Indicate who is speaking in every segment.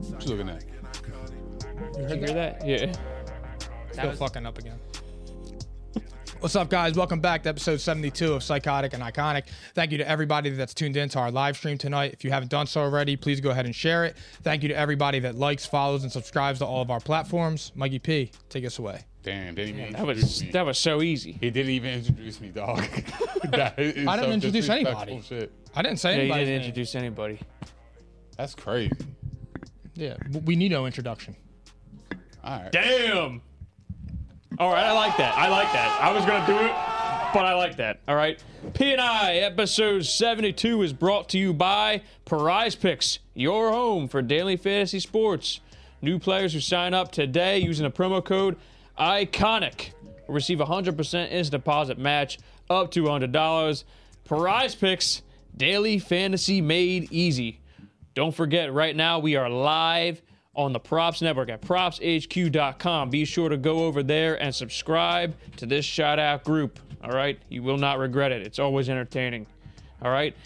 Speaker 1: What you looking at?
Speaker 2: Did you hear that? Yeah.
Speaker 1: That
Speaker 2: Still
Speaker 1: was-
Speaker 2: fucking up again. What's up, guys? Welcome back to episode 72 of Psychotic and Iconic. Thank you to everybody that's tuned in to our live stream tonight. If you haven't done so already, please go ahead and share it. Thank you to everybody that likes, follows, and subscribes to all of our platforms. Mikey P, take us away.
Speaker 1: Damn, didn't even
Speaker 3: That
Speaker 1: introduce
Speaker 3: was
Speaker 1: me.
Speaker 3: that was so easy.
Speaker 1: He didn't even introduce me, dog. That is
Speaker 2: I didn't
Speaker 1: some
Speaker 2: introduce
Speaker 1: disrespectful
Speaker 2: anybody.
Speaker 1: Shit.
Speaker 2: I didn't say
Speaker 3: Yeah, you
Speaker 2: anybody's
Speaker 3: didn't
Speaker 2: name.
Speaker 3: introduce anybody.
Speaker 1: That's crazy.
Speaker 2: Yeah, w- we need no introduction.
Speaker 1: All right.
Speaker 3: Damn. All right, I like that. I like that. I was gonna do it, but I like that. All right. P and I episode seventy-two is brought to you by Prize Picks, your home for daily fantasy sports. New players who sign up today using the promo code ICONIC will receive a hundred percent instant deposit match up to hundred dollars. Prize Picks, daily fantasy made easy. Don't forget, right now we are live on the Props Network at propshq.com. Be sure to go over there and subscribe to this shout out group. All right. You will not regret it. It's always entertaining. All right.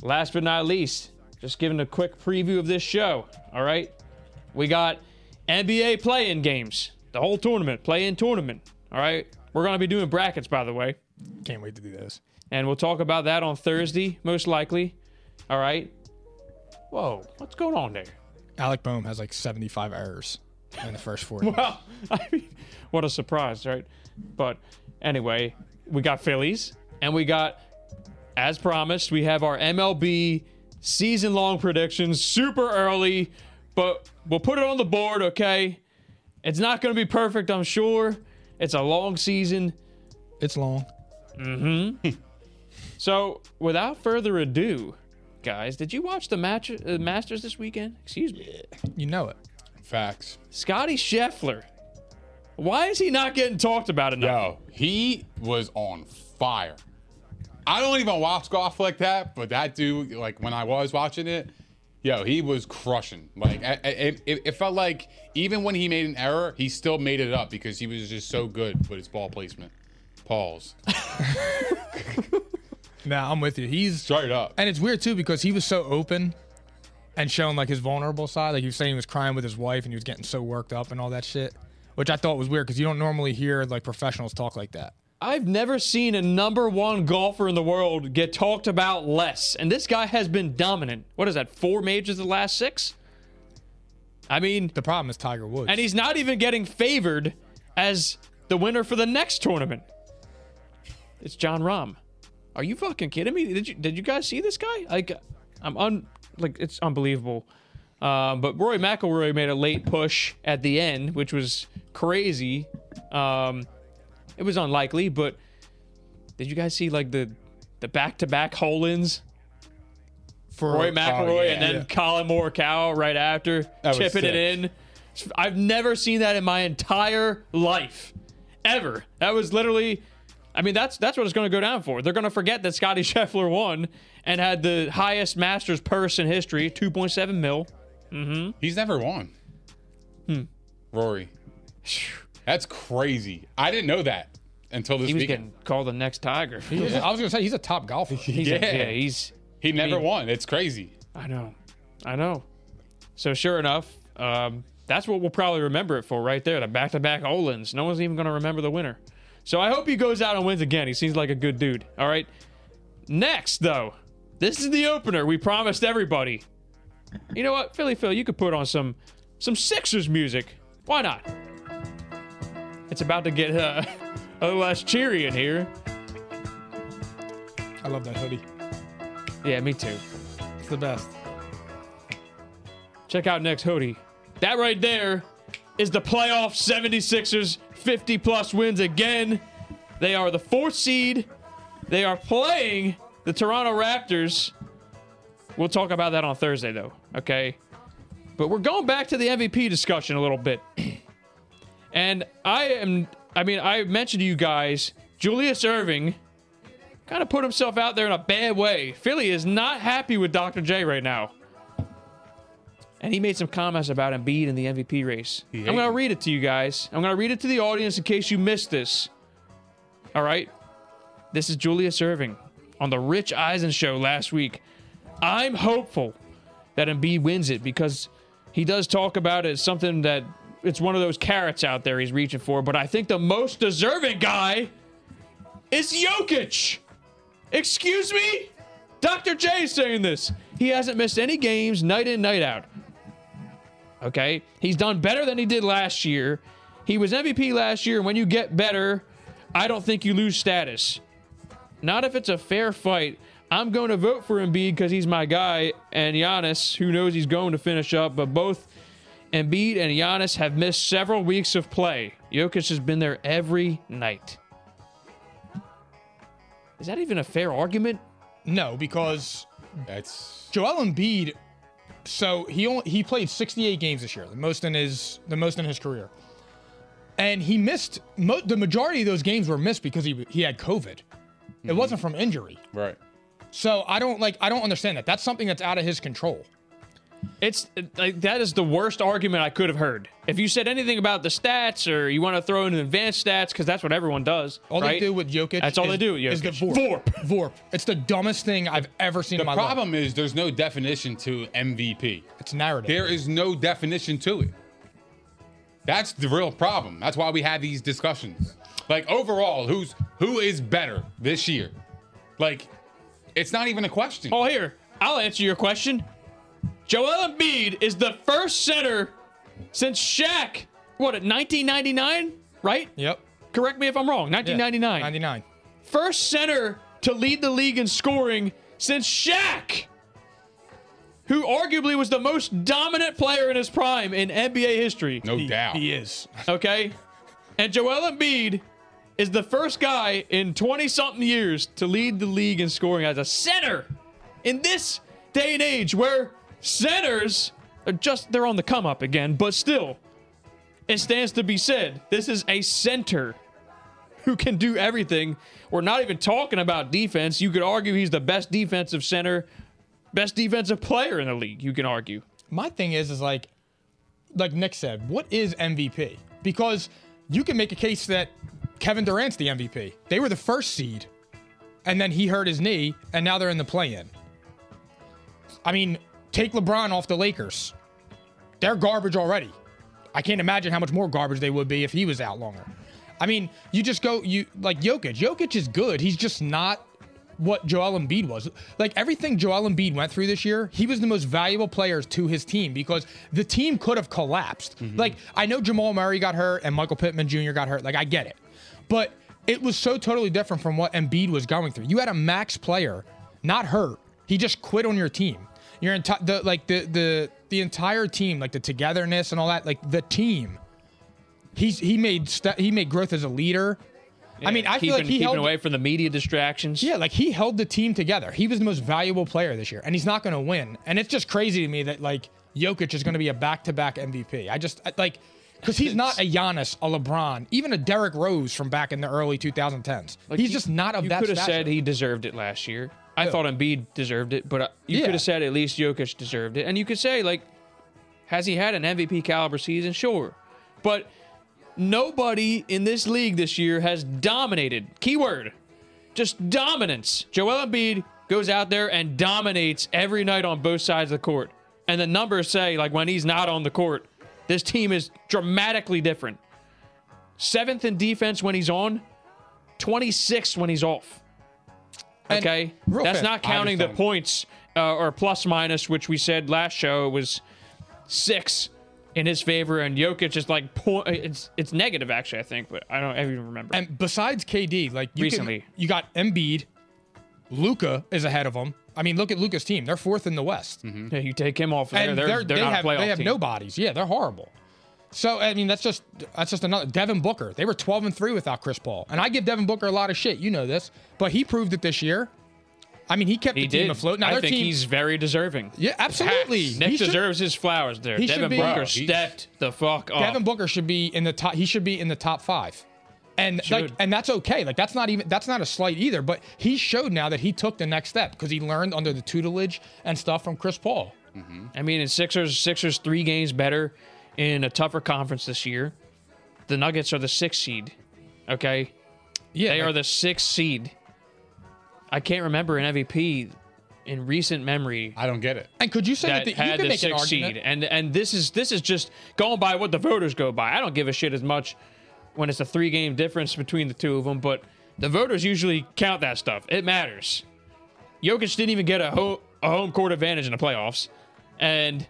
Speaker 3: Last but not least, just giving a quick preview of this show. All right. We got NBA play in games, the whole tournament, play in tournament. All right. We're going to be doing brackets, by the way
Speaker 2: Can't wait to do this.
Speaker 3: and we'll talk about that on Thursday, most likely. All right. Whoa, what's going on there?
Speaker 2: Alec Boehm has like 75 errors in the first four. games.
Speaker 3: Wow, I mean, what a surprise, right? But anyway, we got Phillies, and we got, as promised, we have our MLB season-long predictions super early, but we'll put it on the board, okay? It's not going to be perfect, I'm sure. It's a long season.
Speaker 2: It's long.
Speaker 3: So, without further ado, guys, did you watch the match uh, Masters this weekend? Excuse me,
Speaker 2: You know it.
Speaker 1: Facts.
Speaker 3: Scotty Scheffler. Why is he not getting talked about enough?
Speaker 1: Yo, he was on fire. I don't even watch golf like that, but that dude, like when I was watching it, yo, he was crushing. Like I, I, it, it felt like even when he made an error, he still made it up because he was just so good with his ball placement. Pause.
Speaker 2: Now I'm with you. He's
Speaker 1: Straight up.
Speaker 2: And it's weird too because he was so open and showing like his vulnerable side. Like he was saying he was crying with his wife and he was getting so worked up and all that shit, which I thought was weird because you don't normally hear like professionals talk like that.
Speaker 3: I've never seen a number one golfer in the world get talked about less, and this guy has been dominant. What is that? Four majors the last six. I mean,
Speaker 2: The problem is Tiger Woods.
Speaker 3: and he's not even getting favored as the winner for the next tournament. It's John Rahm. Are you fucking kidding me? Did you did you guys see this guy? Like, I'm un like it's unbelievable. Um, but Roy McIlroy made a late push at the end, which was crazy. Um, it was unlikely, but did you guys see like the the back to back hole ins?
Speaker 2: for
Speaker 3: Roy McIlroy
Speaker 1: yeah.
Speaker 3: and then
Speaker 1: Yeah.
Speaker 3: Colin Morikawa right after,
Speaker 1: was
Speaker 3: chipping it in.
Speaker 1: sick.
Speaker 3: I've never seen that in my entire life, ever. That was literally, I mean, that's that's what it's going to go down for. They're going to forget that Scotty Scheffler won and had the highest Masters purse in history, two point seven mil.
Speaker 1: He's never won.
Speaker 2: Hmm.
Speaker 1: Rory. That's crazy. I didn't know that until this
Speaker 3: He was
Speaker 1: weekend.
Speaker 3: getting called the next Tiger.
Speaker 2: He was- I was gonna say he's a top golfer.
Speaker 3: He's a-
Speaker 1: Yeah.
Speaker 3: yeah, he's
Speaker 1: he never won. It's crazy.
Speaker 3: I know. I know. So sure enough, um, That's what we'll probably remember it for right there. The back to back Olins. No one's even going to remember the winner. So I hope he goes out and wins again. He seems like a good dude. All right. Next, though, this is the opener we promised everybody. You know what, Philly Phil, you could put on some some Sixers music. Why not? It's about to get uh, a little less cheery in here.
Speaker 2: I love that hoodie.
Speaker 3: Yeah, me too.
Speaker 2: It's the best.
Speaker 3: Check out next hoodie. That right there is the playoff 76ers 50 plus wins again. They are the fourth seed. They are playing the Toronto Raptors. We'll talk about that on Thursday, though, okay? But we're going back to the MVP discussion a little bit. and I am, I mean, I mentioned to you guys, Julius Irving kind of put himself out there in a bad way. Philly is not happy with Dr. J right now and he made some comments about Embiid in the MVP race. I'm going to
Speaker 1: him.
Speaker 3: read it to you guys. I'm going to read it to the audience in case you missed this. All right. This is Julius Irving on the Rich Eisen show last week. I'm hopeful that Embiid wins it because he does talk about it as something that it's one of those carrots out there he's reaching for, but I think the most deserving guy is Jokic. Excuse me? Dr. J is saying this. He hasn't missed any games night in, night out. Okay? He's done better than he did last year. He was MVP last year. and When you get better, I don't think you lose status. Not if it's a fair fight. I'm going to vote for Embiid because he's my guy, and Giannis, who knows he's going to finish up, but both Embiid and Giannis have missed several weeks of play. Jokic has been there every night. Is that even a fair argument?
Speaker 2: No, because
Speaker 1: That's
Speaker 2: Joel Embiid. So he only, he played 68 games this year, the most in his the most in his career, and he missed mo- the majority of those games were missed because he he had COVID. It wasn't from injury.
Speaker 1: Mm-hmm. right.
Speaker 2: So I don't like I don't understand that. That's something that's out of his control.
Speaker 3: It's like that is the worst argument I could have heard. If you said anything about the stats or you want to throw in advanced stats, because that's what everyone does.
Speaker 2: All
Speaker 3: right?
Speaker 2: they do with Jokic.
Speaker 3: That's all
Speaker 2: is,
Speaker 3: they do with
Speaker 2: Is the
Speaker 3: Jokic.
Speaker 2: Vorp. Vorp. It's the dumbest thing I've ever seen
Speaker 1: The
Speaker 2: in my life.
Speaker 1: problem is there's no definition to MVP.
Speaker 2: It's narrative.
Speaker 1: There is no definition to it. That's the real problem. That's why we have these discussions. Like overall, who's who is better this year? Like, it's not even a question.
Speaker 3: Oh, here I'll answer your question. Joel Embiid is the first center since Shaq. What at 1999? Right?
Speaker 2: Yep.
Speaker 3: Correct me if I'm wrong.
Speaker 2: Yeah.
Speaker 3: 1999.
Speaker 2: 99.
Speaker 3: first center to lead the league in scoring since Shaq, who arguably was the most dominant player in his prime in NBA history.
Speaker 1: no doubt.
Speaker 2: He is.
Speaker 3: Okay? And Joel Embiid is the first guy in 20 something years to lead the league in scoring as a center in this day and age where centers are just they're on the come up again, but still it stands to be said this is a center who can do everything. We're not even talking about defense. You could argue he's the best defensive center, best defensive player in the league, you can argue.
Speaker 2: My thing is, is like, like Nick said, what is MVP? Because you can make a case that Kevin Durant's the MVP. They were the first seed, and then he hurt his knee, and now they're in the play-in. I mean, take LeBron off the Lakers. They're garbage already. I can't imagine how much more garbage they would be if he was out longer. I mean, you just go you like Jokic. Jokic is good. He's just not what Joel Embiid was. Like everything Joel Embiid went through this year, he was the most valuable player to his team because the team could have collapsed.
Speaker 3: Mm-hmm.
Speaker 2: Like I know Jamal Murray got hurt and Michael Pittman Jr. got hurt. Like I get it. But it was so totally different from what Embiid was going through. You had a max player, not hurt. He just quit on your team. Your entire the like the the the entire team, like the togetherness and all that, like the team. He's he made st- he made growth as a leader. I mean, I
Speaker 3: keeping,
Speaker 2: feel like he
Speaker 3: keeping
Speaker 2: held
Speaker 3: away from the media distractions.
Speaker 2: yeah, like he held the team together. He was the most valuable player this year, and he's not going to win. And it's just crazy to me that like Jokic is going to be a back-to-back MVP. I just I- like because he's not a Giannis, a LeBron, even a Derrick Rose from back in the early 2010s.
Speaker 3: Like,
Speaker 2: he's
Speaker 3: you-
Speaker 2: just not of
Speaker 3: you
Speaker 2: that.
Speaker 3: could have
Speaker 2: stature.
Speaker 3: said he deserved it last year. I thought Embiid deserved it, but uh, you
Speaker 2: Yeah.
Speaker 3: could have said at least Jokic deserved it. And you could say like, has he had an MVP caliber season? Sure, but nobody in this league this year has dominated. Keyword, just dominance. Joel Embiid goes out there and dominates every night on both sides of the court, and the numbers say like when he's not on the court, This team is dramatically different. Seventh in defense when he's on, 26th when he's off.
Speaker 2: And
Speaker 3: Okay,
Speaker 2: real
Speaker 3: that's
Speaker 2: fast-
Speaker 3: not counting the
Speaker 1: I understand.
Speaker 3: points uh, or plus minus, which we said last show was six in his favor, and Jokic is like point. It's it's negative actually, I think, but I don't I even remember.
Speaker 2: And besides KD, like you
Speaker 3: Recently.
Speaker 2: can, you got Embiid, Luca is ahead of them. I mean, look at Luca's team; they're fourth in the West,
Speaker 3: Yeah, you take him off,
Speaker 2: and
Speaker 3: they're, they're,
Speaker 2: they
Speaker 3: not
Speaker 2: have
Speaker 3: a playoff
Speaker 2: they have
Speaker 3: team.
Speaker 2: no bodies. Yeah, they're horrible. So I mean, that's just that's just another Devin Booker. They were twelve and three without Chris Paul, and I give Devin Booker a lot of shit. You know this, but he proved it this year. I mean, he kept
Speaker 3: He
Speaker 2: the team
Speaker 3: did.
Speaker 2: afloat. Now
Speaker 3: I
Speaker 2: their
Speaker 3: think
Speaker 2: team,
Speaker 3: he's very deserving.
Speaker 2: yeah, absolutely.
Speaker 3: Nick
Speaker 2: He should-
Speaker 3: deserves his flowers there.
Speaker 2: he should
Speaker 3: Devin
Speaker 2: be-
Speaker 3: Booker
Speaker 2: Bro,
Speaker 1: he-
Speaker 3: stepped the fuck up.
Speaker 2: Devin Booker should be in the top. He should be in the top five, and like,
Speaker 3: Should.
Speaker 2: and that's okay. Like that's not even that's not a slight either. But he showed now that he took the next step because he learned under the tutelage and stuff from Chris Paul.
Speaker 3: I mean, in Sixers, Sixers three games better in a tougher conference this year. The Nuggets are the sixth seed. Okay,
Speaker 2: Yeah,
Speaker 3: they
Speaker 2: like,
Speaker 3: are the sixth seed. I can't remember an MVP in recent memory
Speaker 1: I don't get it.
Speaker 2: And could you say that,
Speaker 3: that
Speaker 2: the, you
Speaker 3: had
Speaker 2: can
Speaker 3: the
Speaker 2: make an
Speaker 3: sixth
Speaker 2: argument?
Speaker 3: seed. And and this is this is just going by what the voters go by. I don't give a shit as much when it's a three game difference between the two of them, but the voters usually count that stuff. It matters. Jokic didn't even get a, ho- a home court advantage in the playoffs, and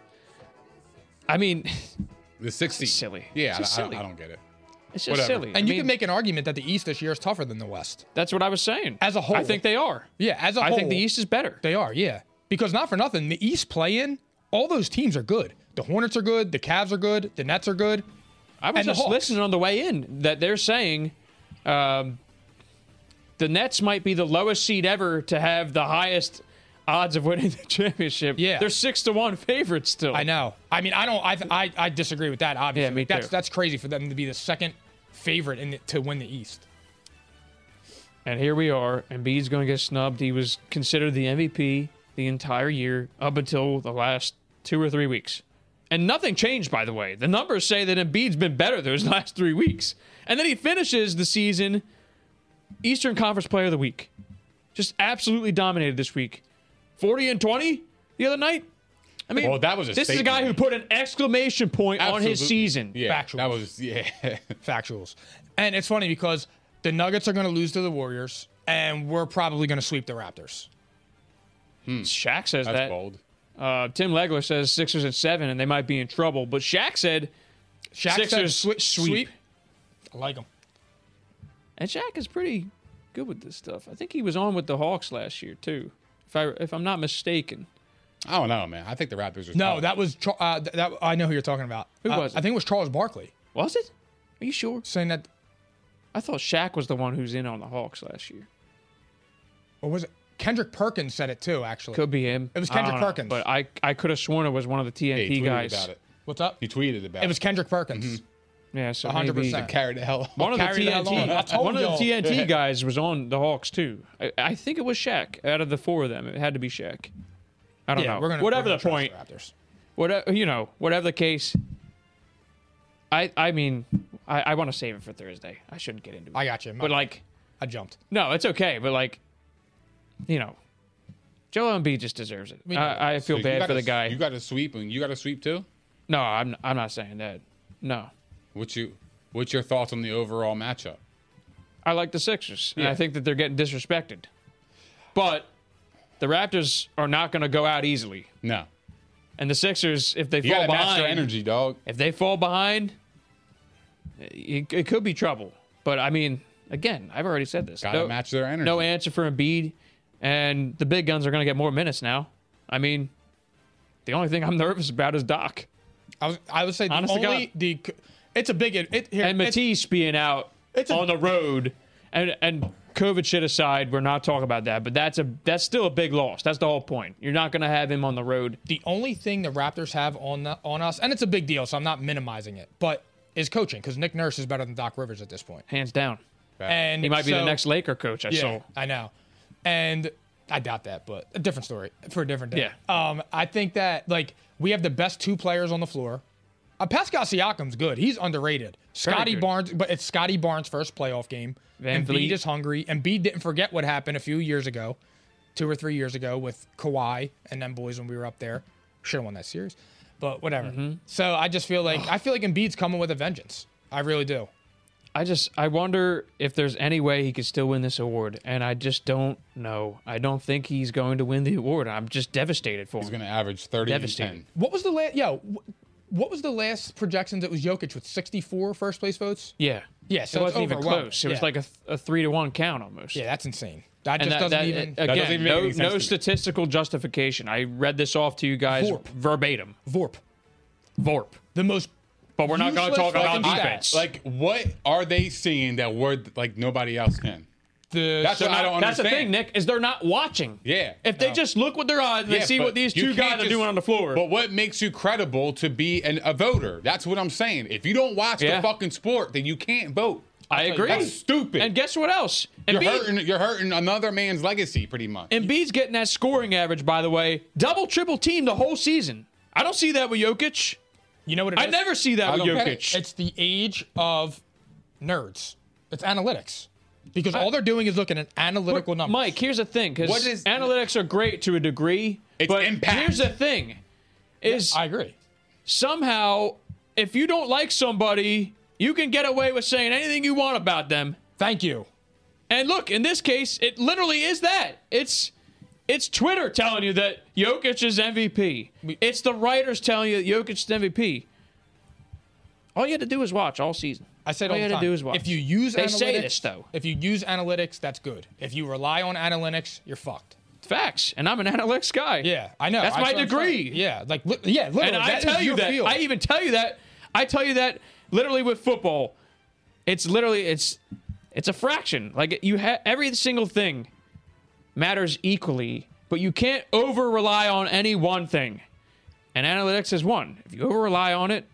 Speaker 3: I mean,
Speaker 1: The 60.
Speaker 3: It's silly.
Speaker 1: Yeah,
Speaker 3: It's just
Speaker 1: I, I don't-
Speaker 3: silly.
Speaker 1: I don't get it.
Speaker 3: it's just
Speaker 1: Whatever.
Speaker 3: silly.
Speaker 2: And
Speaker 3: I
Speaker 2: you
Speaker 3: mean,
Speaker 2: can make an argument that the East this year is tougher than the West.
Speaker 3: that's what I was saying.
Speaker 2: As a whole.
Speaker 3: I think they are.
Speaker 2: Yeah, as a
Speaker 3: I
Speaker 2: whole,
Speaker 3: think the East is better.
Speaker 2: They are, yeah. Because not for nothing, the East play in, all those teams are good. The Hornets are good. The Cavs are good. The Nets are good.
Speaker 3: I was
Speaker 2: And the
Speaker 3: just
Speaker 2: Hawks.
Speaker 3: listening on the way in that they're saying um, the Nets might be the lowest seed ever to have the highest odds of winning the championship.
Speaker 2: Yeah.
Speaker 3: they're six to one favorites still.
Speaker 2: I know. I mean, I don't. I I, I disagree with that. Obviously,
Speaker 3: me
Speaker 2: that's
Speaker 3: too.
Speaker 2: that's crazy for them to be the second favorite in the, to win the East.
Speaker 3: And here we are. Embiid's going to get snubbed. He was considered the MVP the entire year up until the last two or three weeks. And nothing changed, by the way. The numbers say that Embiid's been better those last three weeks. And then he finishes the season Eastern Conference Player of the Week. Just absolutely dominated this week. 40 and 20 the other night. I mean,
Speaker 1: Well, that was a
Speaker 3: this is a guy who
Speaker 1: statement.
Speaker 3: put an exclamation point on his
Speaker 1: Absolutely.
Speaker 3: season.
Speaker 1: Yeah,
Speaker 2: Factual.
Speaker 1: that was yeah.
Speaker 2: Factuals, and it's funny because the Nuggets are going to lose to the Warriors, and we're probably going to sweep the Raptors.
Speaker 3: Shaq says
Speaker 1: That's
Speaker 3: that.
Speaker 1: bold.
Speaker 3: Uh, Tim Legler says Sixers at seven, and they might be in trouble. But Shaq said,
Speaker 2: Shaq
Speaker 3: Sixers
Speaker 2: said, swe-
Speaker 3: sweep.
Speaker 2: I like them.
Speaker 3: and Shaq is pretty good with this stuff. I think he was on with the Hawks last year too, if I if I'm not mistaken.
Speaker 1: I don't know, man. I think the Raptors are
Speaker 2: No,
Speaker 1: tough.
Speaker 2: that was Char- uh, th- that. I know who you're talking about. Who
Speaker 3: Oh. was it?
Speaker 2: I think it was Charles Barkley
Speaker 3: Was it? Are you sure?
Speaker 2: saying that,
Speaker 3: I thought Shaq was the one who's in on the Hawks last year.
Speaker 2: or was it Kendrick Perkins said it too? Actually,
Speaker 3: Could be him.
Speaker 2: It was
Speaker 3: I don't
Speaker 2: Kendrick
Speaker 3: know,
Speaker 2: Perkins.
Speaker 3: but I I could have sworn it was one of the
Speaker 1: Hey,
Speaker 3: TNT
Speaker 1: he tweeted
Speaker 3: guys.
Speaker 1: about it.
Speaker 2: what's up?
Speaker 1: He tweeted about
Speaker 2: It was Kendrick Perkins.
Speaker 3: Yeah, so
Speaker 2: 100%.
Speaker 3: Mm-hmm. maybe
Speaker 1: carried the hell.
Speaker 3: one of the
Speaker 2: Carry that along. I
Speaker 3: TNT
Speaker 2: told
Speaker 3: one of the
Speaker 2: y'all.
Speaker 3: TNT guys was on the Hawks too. I, I think it was Shaq. Out of the four of them, it had to be Shaq. I don't
Speaker 2: Yeah,
Speaker 3: know.
Speaker 2: we're gonna
Speaker 3: Whatever
Speaker 2: we're gonna
Speaker 3: the point.
Speaker 2: trust Raptors.
Speaker 3: whatever you know, whatever the case. I I mean, I, I want to save it for Thursday. I shouldn't get into it.
Speaker 2: I got you.
Speaker 3: But like,
Speaker 2: I jumped.
Speaker 3: no, it's okay. But like, you know, Joel Embiid just deserves it.
Speaker 2: know
Speaker 3: I, I feel
Speaker 1: You
Speaker 3: bad
Speaker 1: gotta-
Speaker 3: for the guy.
Speaker 1: You got a sweep, and you got a sweep too.
Speaker 3: no, I'm I'm not saying that. No,
Speaker 1: What's you? What's your thoughts on the overall matchup?
Speaker 3: I like the Sixers, and I
Speaker 1: Yeah.
Speaker 3: think that they're getting disrespected. But the Raptors are not going to go out easily,
Speaker 1: No,
Speaker 3: and the Sixers, if they
Speaker 1: you
Speaker 3: fall
Speaker 1: got to match
Speaker 3: behind,
Speaker 1: your energy, dog.
Speaker 3: if they fall behind, it, it could be trouble. But I mean, again, I've already said this.
Speaker 1: Gotta match their energy.
Speaker 3: No answer for Embiid, and the big guns are going to get more minutes now. I mean, the only thing I'm nervous about is Doc
Speaker 2: I was. I would say the
Speaker 3: Honest to
Speaker 2: only
Speaker 3: God.
Speaker 2: the. It's a big. It, here,
Speaker 3: and
Speaker 2: it's-
Speaker 3: Matisse being out
Speaker 2: it's a-
Speaker 3: on the road, and and COVID shit aside, we're not talking about that. But that's a that's still a big loss. That's the whole point. You're not going to have him on the road.
Speaker 2: the only thing the Raptors have on the, on us, and it's a big deal, so I'm not minimizing it, but is coaching because Nick Nurse is better than Doc Rivers at this point,
Speaker 3: Hands down,
Speaker 2: and
Speaker 3: he might be the
Speaker 2: so-
Speaker 3: next Laker coach. I
Speaker 2: Yeah,
Speaker 3: saw.
Speaker 2: I know, and I doubt that, but a different story for a different day.
Speaker 3: Yeah.
Speaker 2: Um, I think that like we have the best two players on the floor. Uh, Pascal Siakam's good. He's underrated.
Speaker 3: Very
Speaker 2: Scotty
Speaker 3: good.
Speaker 2: Barnes, but it's Scotty Barnes' first playoff game.
Speaker 3: Van
Speaker 2: and
Speaker 3: Vliet.
Speaker 2: Embiid is hungry. Embiid didn't forget what happened a few years ago, two or three years ago with Kawhi and them boys when we were up there. Should have won that series. but whatever.
Speaker 3: Mm-hmm.
Speaker 2: So I just feel like I feel like Embiid's coming with a vengeance. I really do.
Speaker 3: I just I wonder if there's any way he could still win this award, and I just don't know. I don't think he's going to win the award. I'm just devastated for
Speaker 1: He's
Speaker 3: him.
Speaker 1: going to average 30
Speaker 3: Devastating.
Speaker 1: and 10.
Speaker 2: What was the last? Yo, wh- what was the last projection that was Jokic with 64 first place votes?
Speaker 3: Yeah,
Speaker 2: Yeah, so it's
Speaker 3: it wasn't even
Speaker 2: overwhelming.
Speaker 3: close. It was
Speaker 2: Yeah.
Speaker 3: like a, th- a three to one count almost.
Speaker 2: Yeah, that's insane. That
Speaker 3: And
Speaker 2: just doesn't
Speaker 3: that, that-
Speaker 2: even.
Speaker 3: again,
Speaker 1: doesn't even make any sense
Speaker 3: no,
Speaker 1: to
Speaker 3: no
Speaker 1: me.
Speaker 3: statistical justification. I read this off to you guys
Speaker 2: Vorp.
Speaker 3: verbatim.
Speaker 2: Vorp,
Speaker 3: Vorp.
Speaker 2: the most.
Speaker 3: But we're not going to
Speaker 2: Useless
Speaker 3: talk about
Speaker 2: fucking stat.
Speaker 3: defense.
Speaker 1: Like, what are they seeing that we're like nobody else can?
Speaker 2: The
Speaker 1: That's
Speaker 2: so
Speaker 1: what I don't
Speaker 3: That's the
Speaker 1: understand.
Speaker 3: thing, Nick, is they're not watching.
Speaker 1: Yeah.
Speaker 3: If they
Speaker 1: No.
Speaker 3: just look with their eyes and
Speaker 1: Yeah,
Speaker 3: they see
Speaker 1: but
Speaker 3: what these
Speaker 1: you
Speaker 3: two
Speaker 1: can't
Speaker 3: guys are
Speaker 1: just-
Speaker 3: doing on the floor.
Speaker 1: But what makes you credible to be an, a voter? That's what I'm saying. If you don't watch
Speaker 3: Yeah.
Speaker 1: the fucking sport, then you can't vote.
Speaker 3: I agree.
Speaker 1: That's stupid.
Speaker 3: And guess what else?
Speaker 1: you're
Speaker 3: Embiid-
Speaker 1: hurting. You're hurting another man's legacy, pretty much.
Speaker 3: Embiid's getting that scoring average, by the way. Double, triple team the whole season. I don't see that with Jokic.
Speaker 2: you know what? It
Speaker 3: I
Speaker 2: is?
Speaker 3: never see that
Speaker 1: I
Speaker 3: with
Speaker 1: don't get
Speaker 3: Jokic.
Speaker 2: It's the age of nerds. It's analytics because all they're doing is looking at analytical numbers.
Speaker 3: Mike, here's the thing,
Speaker 1: What
Speaker 3: because
Speaker 1: is-
Speaker 3: analytics are great to a degree.
Speaker 1: It's
Speaker 3: but
Speaker 1: impact.
Speaker 3: Here's the thing: is
Speaker 2: I agree.
Speaker 3: somehow if you don't like somebody, you can get away with saying anything you want about them.
Speaker 2: Thank you.
Speaker 3: And look, in this case, it literally is that. It's it's Twitter telling you that Jokic is MVP. It's the writers telling you that Jokic is MVP. All you had to do is watch all season.
Speaker 2: I said
Speaker 3: all
Speaker 2: all
Speaker 3: you
Speaker 2: the
Speaker 3: had
Speaker 2: time.
Speaker 3: to do is watch.
Speaker 2: If you use
Speaker 3: they
Speaker 2: analytics,
Speaker 3: say this though,
Speaker 2: If you use analytics, that's good. If you rely on analytics, you're fucked.
Speaker 3: it's facts. And I'm an analytics guy.
Speaker 2: Yeah, I know.
Speaker 3: That's
Speaker 2: I-
Speaker 3: my
Speaker 2: I'm
Speaker 3: degree.
Speaker 2: saying. Yeah, like li- yeah, literally.
Speaker 3: and I
Speaker 2: that is
Speaker 3: tell you
Speaker 2: your
Speaker 3: that.
Speaker 2: field.
Speaker 3: I even tell you that. I tell you that literally with football. It's literally it's it's a fraction. Like you have every single thing matters equally, but you can't over rely on any one thing. And analytics is one. If you over rely on it,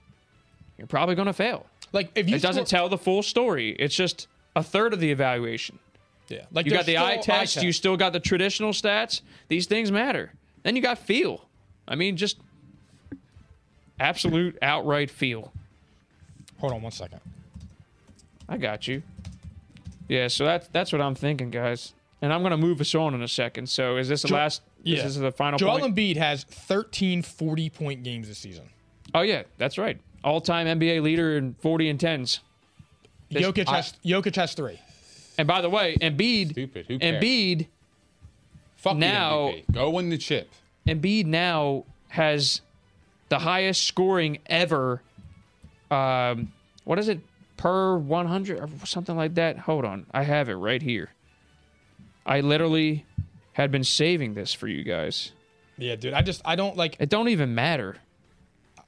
Speaker 3: you're probably going to fail.
Speaker 2: like if you
Speaker 3: It doesn't
Speaker 2: score-
Speaker 3: tell the full story. It's just a third of the evaluation.
Speaker 2: Yeah, like
Speaker 3: You got
Speaker 2: there's
Speaker 3: the
Speaker 2: still
Speaker 3: eye test, You still got the traditional stats. These things matter. Then you got feel. I mean, just absolute outright feel.
Speaker 2: Hold on one second.
Speaker 3: I got you. Yeah. So that's that's what I'm thinking, guys. And I'm gonna move us on in a second. So is this the last?
Speaker 2: yeah.
Speaker 3: This is the final.
Speaker 2: Joel
Speaker 3: point?
Speaker 2: Embiid has 13 40 point games this season.
Speaker 3: oh yeah, that's right. All-time NBA leader in 40 and tens.
Speaker 2: Jokic has Jokic has three.
Speaker 3: And by the way, Embiid.
Speaker 1: Stupid. Who cares?
Speaker 3: Embiid.
Speaker 1: Fuck the
Speaker 3: now-
Speaker 1: MVP. go win the chip.
Speaker 3: Embiid now has the highest scoring ever. Um, what is it per 100 or something like that? Hold on, I have it right here. I literally had been saving this for you guys.
Speaker 2: Yeah, dude. I just I don't like.
Speaker 3: It don't even matter.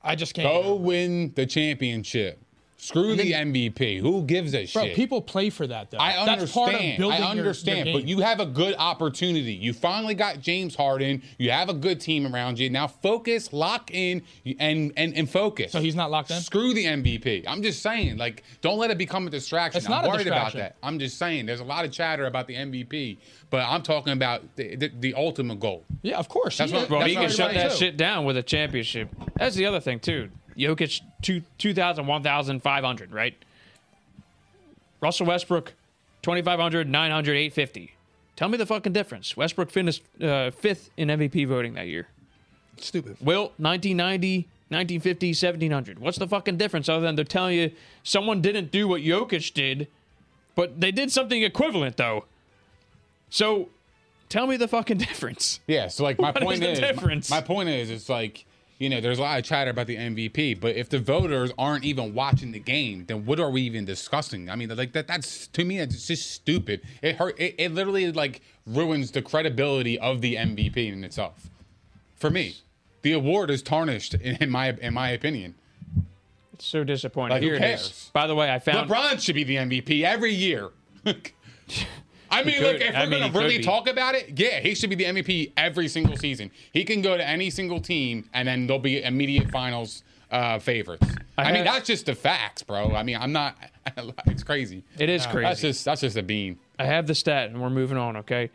Speaker 2: I just can't.
Speaker 1: Go win the championship. Screw the MVP. Who gives a
Speaker 2: Bro,
Speaker 1: shit?
Speaker 2: people play for that though.
Speaker 1: I understand.
Speaker 2: That's part of building your-
Speaker 1: I
Speaker 2: your
Speaker 1: understand,
Speaker 2: game.
Speaker 1: but you have a good opportunity. You finally got James Harden. You have a good team around you. Now focus, lock in, and and and focus.
Speaker 2: So he's not locked in?
Speaker 1: Screw the MVP. I'm just saying, like, don't let it become a distraction.
Speaker 2: It's
Speaker 1: I'm
Speaker 2: not a
Speaker 1: worried
Speaker 2: distraction.
Speaker 1: about that. I'm just saying, there's a lot of chatter about the MVP, but I'm talking about the the, the ultimate goal.
Speaker 2: yeah, of course.
Speaker 1: That's
Speaker 2: He-
Speaker 1: what-
Speaker 3: Well,
Speaker 1: bro, That's
Speaker 3: he can
Speaker 1: already
Speaker 3: shut
Speaker 1: right,
Speaker 3: that
Speaker 1: too.
Speaker 3: shit down with a championship. That's the other thing too. Jokic two, 2,000, 1,500, right? Russell Westbrook 2,500, 900, 850. Tell me the fucking difference. Westbrook finished uh, fifth in MVP voting that year.
Speaker 2: Stupid.
Speaker 3: Wilt 1990, 1950, 1700. What's the fucking difference other than they're telling you someone didn't do what Jokic did, but they did something equivalent though. So tell me the fucking difference.
Speaker 1: Yeah. So like my
Speaker 3: What is
Speaker 1: point
Speaker 3: the
Speaker 1: is,
Speaker 3: difference?
Speaker 1: My, my point is, it's like you know, there's a lot of chatter about the MVP, but if the voters aren't even watching the game, then what are we even discussing? I mean, like that. That's to me, that's just stupid. It hurt. It, it literally like ruins the credibility of the MVP in itself. For me, the award is tarnished in, in my in my opinion.
Speaker 3: So disappointing.
Speaker 1: Like, who
Speaker 3: Here it is.
Speaker 1: cares?
Speaker 3: By the way, I found
Speaker 1: LeBron should be the MVP every year. I mean,
Speaker 3: could.
Speaker 1: look, if
Speaker 3: I mean,
Speaker 1: we're
Speaker 3: he
Speaker 1: going
Speaker 3: could
Speaker 1: to really
Speaker 3: be.
Speaker 1: talk about it, yeah, he should be the MVP every single season. He can go to any single team, and then there'll be immediate finals uh, favorites. I, mean,
Speaker 3: have-
Speaker 1: that's just the facts, bro. I mean, I'm not. It's crazy.
Speaker 3: it is crazy.
Speaker 1: That's just that's just a bean.
Speaker 3: I have the stat, and we're moving on. Okay,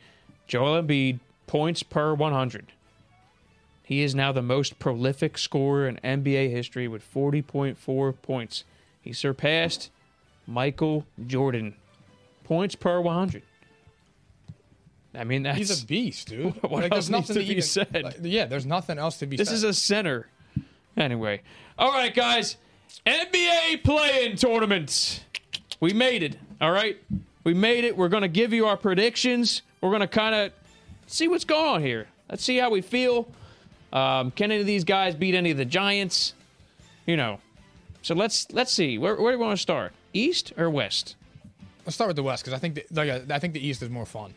Speaker 3: Joel Embiid points per 100. He is now the most prolific scorer in NBA history with 40.4 points. He surpassed Michael Jordan. Points per 100. I mean, that's
Speaker 2: He's a beast, dude.
Speaker 3: What
Speaker 2: like,
Speaker 3: else
Speaker 2: there's nothing
Speaker 3: needs to be
Speaker 2: even,
Speaker 3: said?
Speaker 2: like, yeah, there's nothing else to be
Speaker 3: this
Speaker 2: said.
Speaker 3: is a center Anyway, all right, guys, NBA play-in tournament. We made it. All right, we made it. We're gonna give you our predictions. We're gonna kind of see what's going on here. Let's see how we feel. Um, can any of these guys beat any of the Giants? You know. So let's let's see. Where, where do we want to start? East or West?
Speaker 2: Let's start with the West because I think the, like, uh, I think the East is more fun.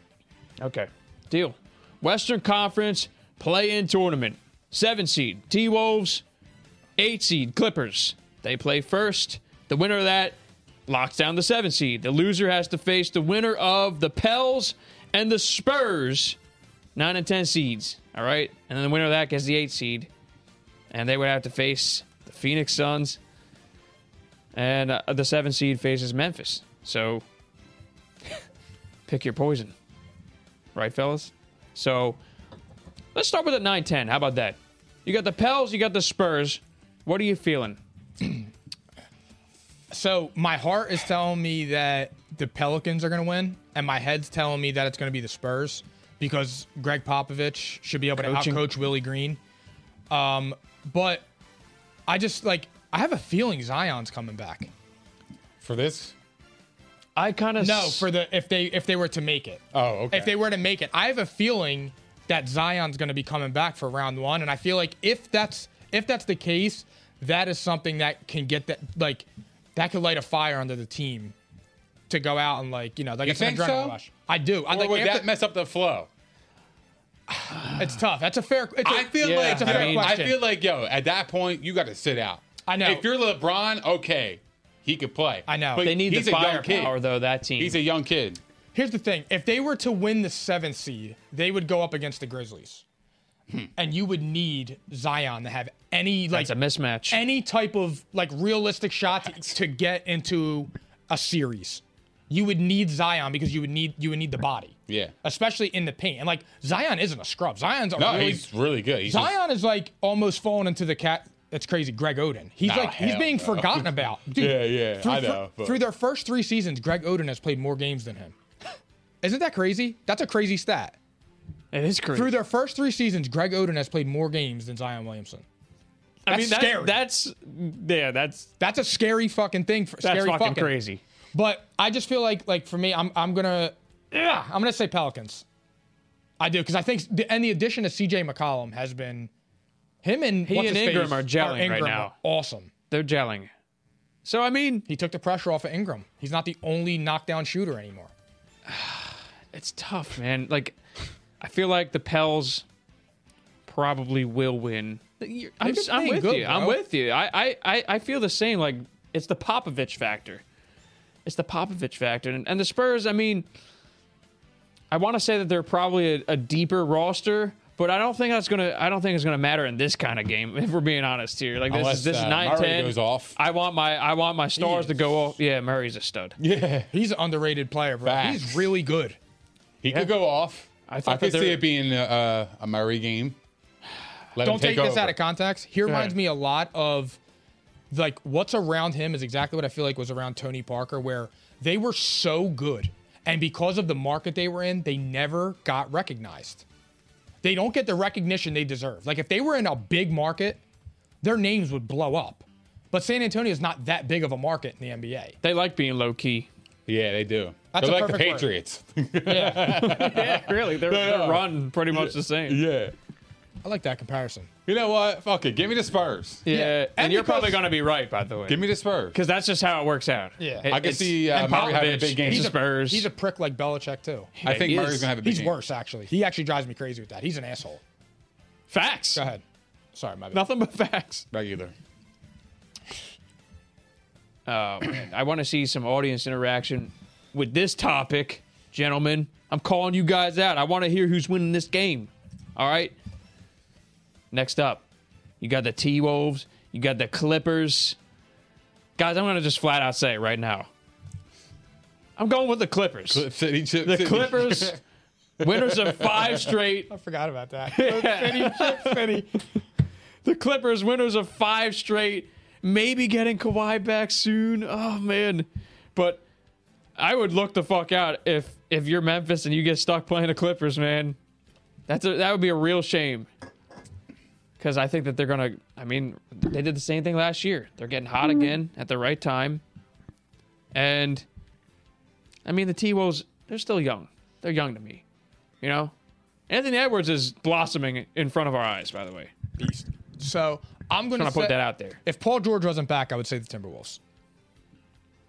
Speaker 3: Okay. Deal. Western Conference play in tournament. Seven seed, T Wolves. Eight seed, Clippers. They play first. The winner of that locks down the seven seed. The loser has to face the winner of the Pels and the Spurs. Nine and 10 seeds. All right. And then the winner of that gets the eight seed. And they would have to face the Phoenix Suns. And uh, the seven seed faces Memphis. So pick your poison right, fellas? So let's start with a 9 10. How about that? You got the Pels, you got the Spurs. What are you feeling?
Speaker 2: So my heart is telling me that the Pelicans are going to win, and my head's telling me that it's going to be the Spurs because Greg Popovich should be able
Speaker 3: Coaching.
Speaker 2: to outcoach Willie Green. Um, but I just like I have a feeling Zion's coming back.
Speaker 1: For this?
Speaker 3: I kind of
Speaker 2: No, for the if they if they were to make it.
Speaker 1: Oh, okay.
Speaker 2: If they were to make it, I have a feeling that Zion's going to be coming back for round one, and I feel like if that's if that's the case, that is something that can get that like that could light a fire under the team to go out and like you know like
Speaker 1: You
Speaker 2: it's an
Speaker 1: think
Speaker 2: adrenaline
Speaker 1: so?
Speaker 2: rush. I do. I
Speaker 1: Or
Speaker 2: like
Speaker 1: would
Speaker 2: after-
Speaker 1: that mess up the flow?
Speaker 2: it's tough. That's a fair. It's a,
Speaker 1: I feel
Speaker 3: Yeah,
Speaker 1: like
Speaker 2: it's a
Speaker 1: I
Speaker 2: fair
Speaker 1: mean, I
Speaker 2: question.
Speaker 1: feel like yo, at that point you got to sit out.
Speaker 2: I know.
Speaker 1: If you're LeBron, okay, he could play.
Speaker 2: I know.
Speaker 3: they need
Speaker 1: he's
Speaker 3: the
Speaker 1: a young
Speaker 3: firepower
Speaker 1: kid.
Speaker 3: though. That team.
Speaker 1: He's a young kid.
Speaker 2: Here's the thing: if they were to win the seventh seed, they would go up against the Grizzlies, and you would need Zion to have any like
Speaker 3: That's a mismatch.
Speaker 2: any type of like realistic shot to, to get into a series. You would need Zion because you would need you would need the body.
Speaker 1: Yeah.
Speaker 2: Especially in the paint. And like Zion isn't a scrub. Zion's a
Speaker 1: No,
Speaker 2: Oh, really
Speaker 1: he's really good. He's just-
Speaker 2: Zion is like almost falling into the cat it's crazy, Greg Oden. He's
Speaker 1: Nah,
Speaker 2: like he's
Speaker 1: hell
Speaker 2: being
Speaker 1: no.
Speaker 2: forgotten about. Dude,
Speaker 1: Yeah, yeah,
Speaker 2: Through,
Speaker 1: I know, but-
Speaker 2: Through their first three seasons, Greg Oden has played more games than him. Isn't that crazy? That's a crazy stat.
Speaker 3: it is crazy.
Speaker 2: Through their first three seasons, Greg Oden has played more games than Zion Williamson.
Speaker 3: I
Speaker 2: that's
Speaker 3: mean, that's,
Speaker 2: scary.
Speaker 3: That's yeah. That's
Speaker 2: That's a scary fucking thing. For,
Speaker 3: that's
Speaker 2: scary
Speaker 3: fucking,
Speaker 2: fucking
Speaker 3: crazy.
Speaker 2: But I just feel like like for me, I'm I'm gonna yeah, I'm gonna say Pelicans. I do because I think the, and the addition of C.J. McCollum has been him and
Speaker 3: He
Speaker 2: what's
Speaker 3: and
Speaker 2: his face,
Speaker 3: Ingram are gelling right
Speaker 2: Ingram
Speaker 3: now.
Speaker 2: are Awesome.
Speaker 3: They're gelling. So I mean,
Speaker 2: He took the pressure off of Ingram. He's not the only knockdown shooter anymore.
Speaker 3: it's tough, man. Like, I feel like the Pels probably will win. You're- I'm,
Speaker 2: They've been
Speaker 3: I'm
Speaker 2: playing
Speaker 3: with
Speaker 2: good,
Speaker 3: you. I'm
Speaker 2: bro.
Speaker 3: with you. I, I, I, I feel the same. Like, it's the Popovich factor. It's the Popovich factor. And, and the Spurs, I mean, I want to say that they're probably a, a deeper roster. But I don't think that's gonna. I don't think it's gonna matter in this kind of game. If we're being honest here, like this
Speaker 1: Unless,
Speaker 3: is this is
Speaker 1: uh,
Speaker 3: nine
Speaker 1: Murray
Speaker 3: ten.
Speaker 1: goes off.
Speaker 3: I want my I want my stars to
Speaker 2: is.
Speaker 3: go off. Yeah, Murray's a stud.
Speaker 2: He's an underrated player, bro.
Speaker 1: Facts.
Speaker 2: He's really good.
Speaker 1: He could go off.
Speaker 3: I
Speaker 1: I,
Speaker 3: thought that
Speaker 1: could
Speaker 3: there-
Speaker 1: see it being a, a, a Murray game. Let him
Speaker 2: Don't take, this
Speaker 1: over.
Speaker 2: out of context. He reminds
Speaker 3: ahead.
Speaker 2: me a lot of like what's around him is exactly what I feel like was around Tony Parker, where they were so good. And because of the market they were in, they never got recognized. They don't get the recognition they deserve. Like if they were in a big market, their names would blow up. But San Antonio is not that big of a market in the NBA.
Speaker 3: They like being low key.
Speaker 1: Yeah, they do.
Speaker 2: That's
Speaker 1: They're
Speaker 2: a
Speaker 1: like the
Speaker 2: perfect word.
Speaker 1: Patriots.
Speaker 3: yeah, really. They're, they're
Speaker 1: are.
Speaker 3: run pretty much the same.
Speaker 1: yeah.
Speaker 2: I like that comparison.
Speaker 1: You know what? Fuck it. Give me the Spurs.
Speaker 3: Yeah, and,
Speaker 2: And
Speaker 3: you're
Speaker 2: because-
Speaker 3: probably going to be right, by the way,
Speaker 1: Give me the Spurs.
Speaker 3: because that's just how it works out.
Speaker 2: Yeah.
Speaker 3: It-
Speaker 1: I can
Speaker 3: it's-
Speaker 1: see uh,
Speaker 3: and
Speaker 1: Murray having a
Speaker 3: Popovich,
Speaker 1: big game.
Speaker 3: He's a Spurs.
Speaker 2: He's a prick like Belichick too.
Speaker 1: I think
Speaker 3: he
Speaker 1: Murray's
Speaker 3: is.
Speaker 1: gonna have a big
Speaker 2: He's
Speaker 1: game.
Speaker 2: worse actually. He actually drives me crazy with that. He's an asshole.
Speaker 3: facts.
Speaker 2: Go ahead. Sorry, my bad.
Speaker 3: Nothing but facts.
Speaker 1: Regular.
Speaker 3: Oh man, I want to see some audience interaction with this topic, gentlemen. I'm calling you guys out. I want to hear who's winning this game. All right. Next up, you got the T Wolves. You got the Clippers. Guys, I'm going to just flat out say it right now. I'm going with the Clippers.
Speaker 1: City chip.
Speaker 3: The
Speaker 1: city.
Speaker 3: Clippers, winners of five straight.
Speaker 2: I forgot about that.
Speaker 3: The Clippers, winners of five straight. Maybe getting Kawhi back soon. Oh man, but I would look the fuck out if if you're Memphis and you get stuck playing the Clippers, man. That's a, that would be a real shame. because I think that they're gonna. I mean, they did the same thing last year. They're getting hot again at the right time, and I mean the T-Wolves they're still young. They're young to me, you know. Anthony Edwards is blossoming in front of our eyes. By the way,
Speaker 2: beast. So I'm going
Speaker 3: trying
Speaker 2: to
Speaker 3: to put that out there.
Speaker 2: If Paul George wasn't back, I would say the Timberwolves.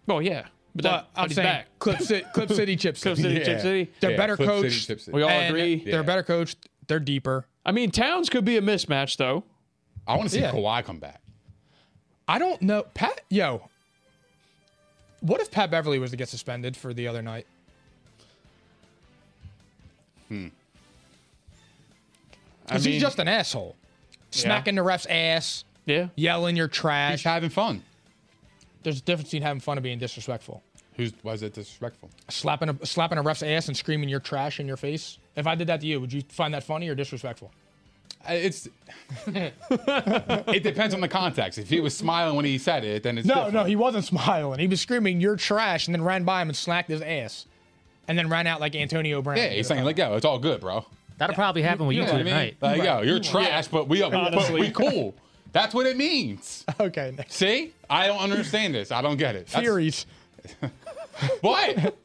Speaker 3: Well, Oh, yeah, but, that,
Speaker 2: But
Speaker 3: but
Speaker 2: I'm
Speaker 3: he's
Speaker 2: saying
Speaker 3: back.
Speaker 2: Clip, City, Clip City, Chip City.
Speaker 3: Clip City, Chip
Speaker 1: Yeah.
Speaker 3: City.
Speaker 2: They're
Speaker 1: Yeah,
Speaker 2: better
Speaker 1: Clip City,
Speaker 2: coached.
Speaker 1: Chip City.
Speaker 3: We all
Speaker 2: and
Speaker 3: agree.
Speaker 2: They're
Speaker 1: Yeah.
Speaker 2: better coached. They're deeper.
Speaker 3: I mean, Towns could be a mismatch though.
Speaker 1: I want to see
Speaker 2: Yeah.
Speaker 1: Kawhi come back.
Speaker 2: I don't know. Pat, yo, what if Pat Beverly was to get suspended for the other night?
Speaker 3: I
Speaker 2: Because
Speaker 3: mean,
Speaker 2: he's just an asshole. Smacking the ref's ass,
Speaker 3: yeah.
Speaker 2: yelling your
Speaker 1: He's
Speaker 2: trash.
Speaker 1: having fun.
Speaker 2: There's a difference between having fun and being disrespectful.
Speaker 1: Who's was it disrespectful?
Speaker 2: Slapping a, slapping a ref's ass and screaming your trash in your face. If I did that to you, would you find that funny or disrespectful?
Speaker 1: I- It's. it depends on the context. If he was smiling when he said it, then it's
Speaker 2: No,
Speaker 1: different.
Speaker 2: no, he wasn't smiling. He was screaming "You're trash," and then ran by him and slacked his ass, and then ran out like Antonio Brown.
Speaker 1: Yeah, he's saying like, yo, it's all good, bro.
Speaker 4: That'll probably happen with you,
Speaker 1: You know
Speaker 4: two
Speaker 1: what I mean?
Speaker 4: tonight.
Speaker 1: Like, yo, you're trash, but we are but
Speaker 3: Honestly.
Speaker 1: we cool. That's what it means.
Speaker 2: "Okay, next
Speaker 1: See, I don't understand this. I don't get it. That's-
Speaker 2: theories."
Speaker 1: What?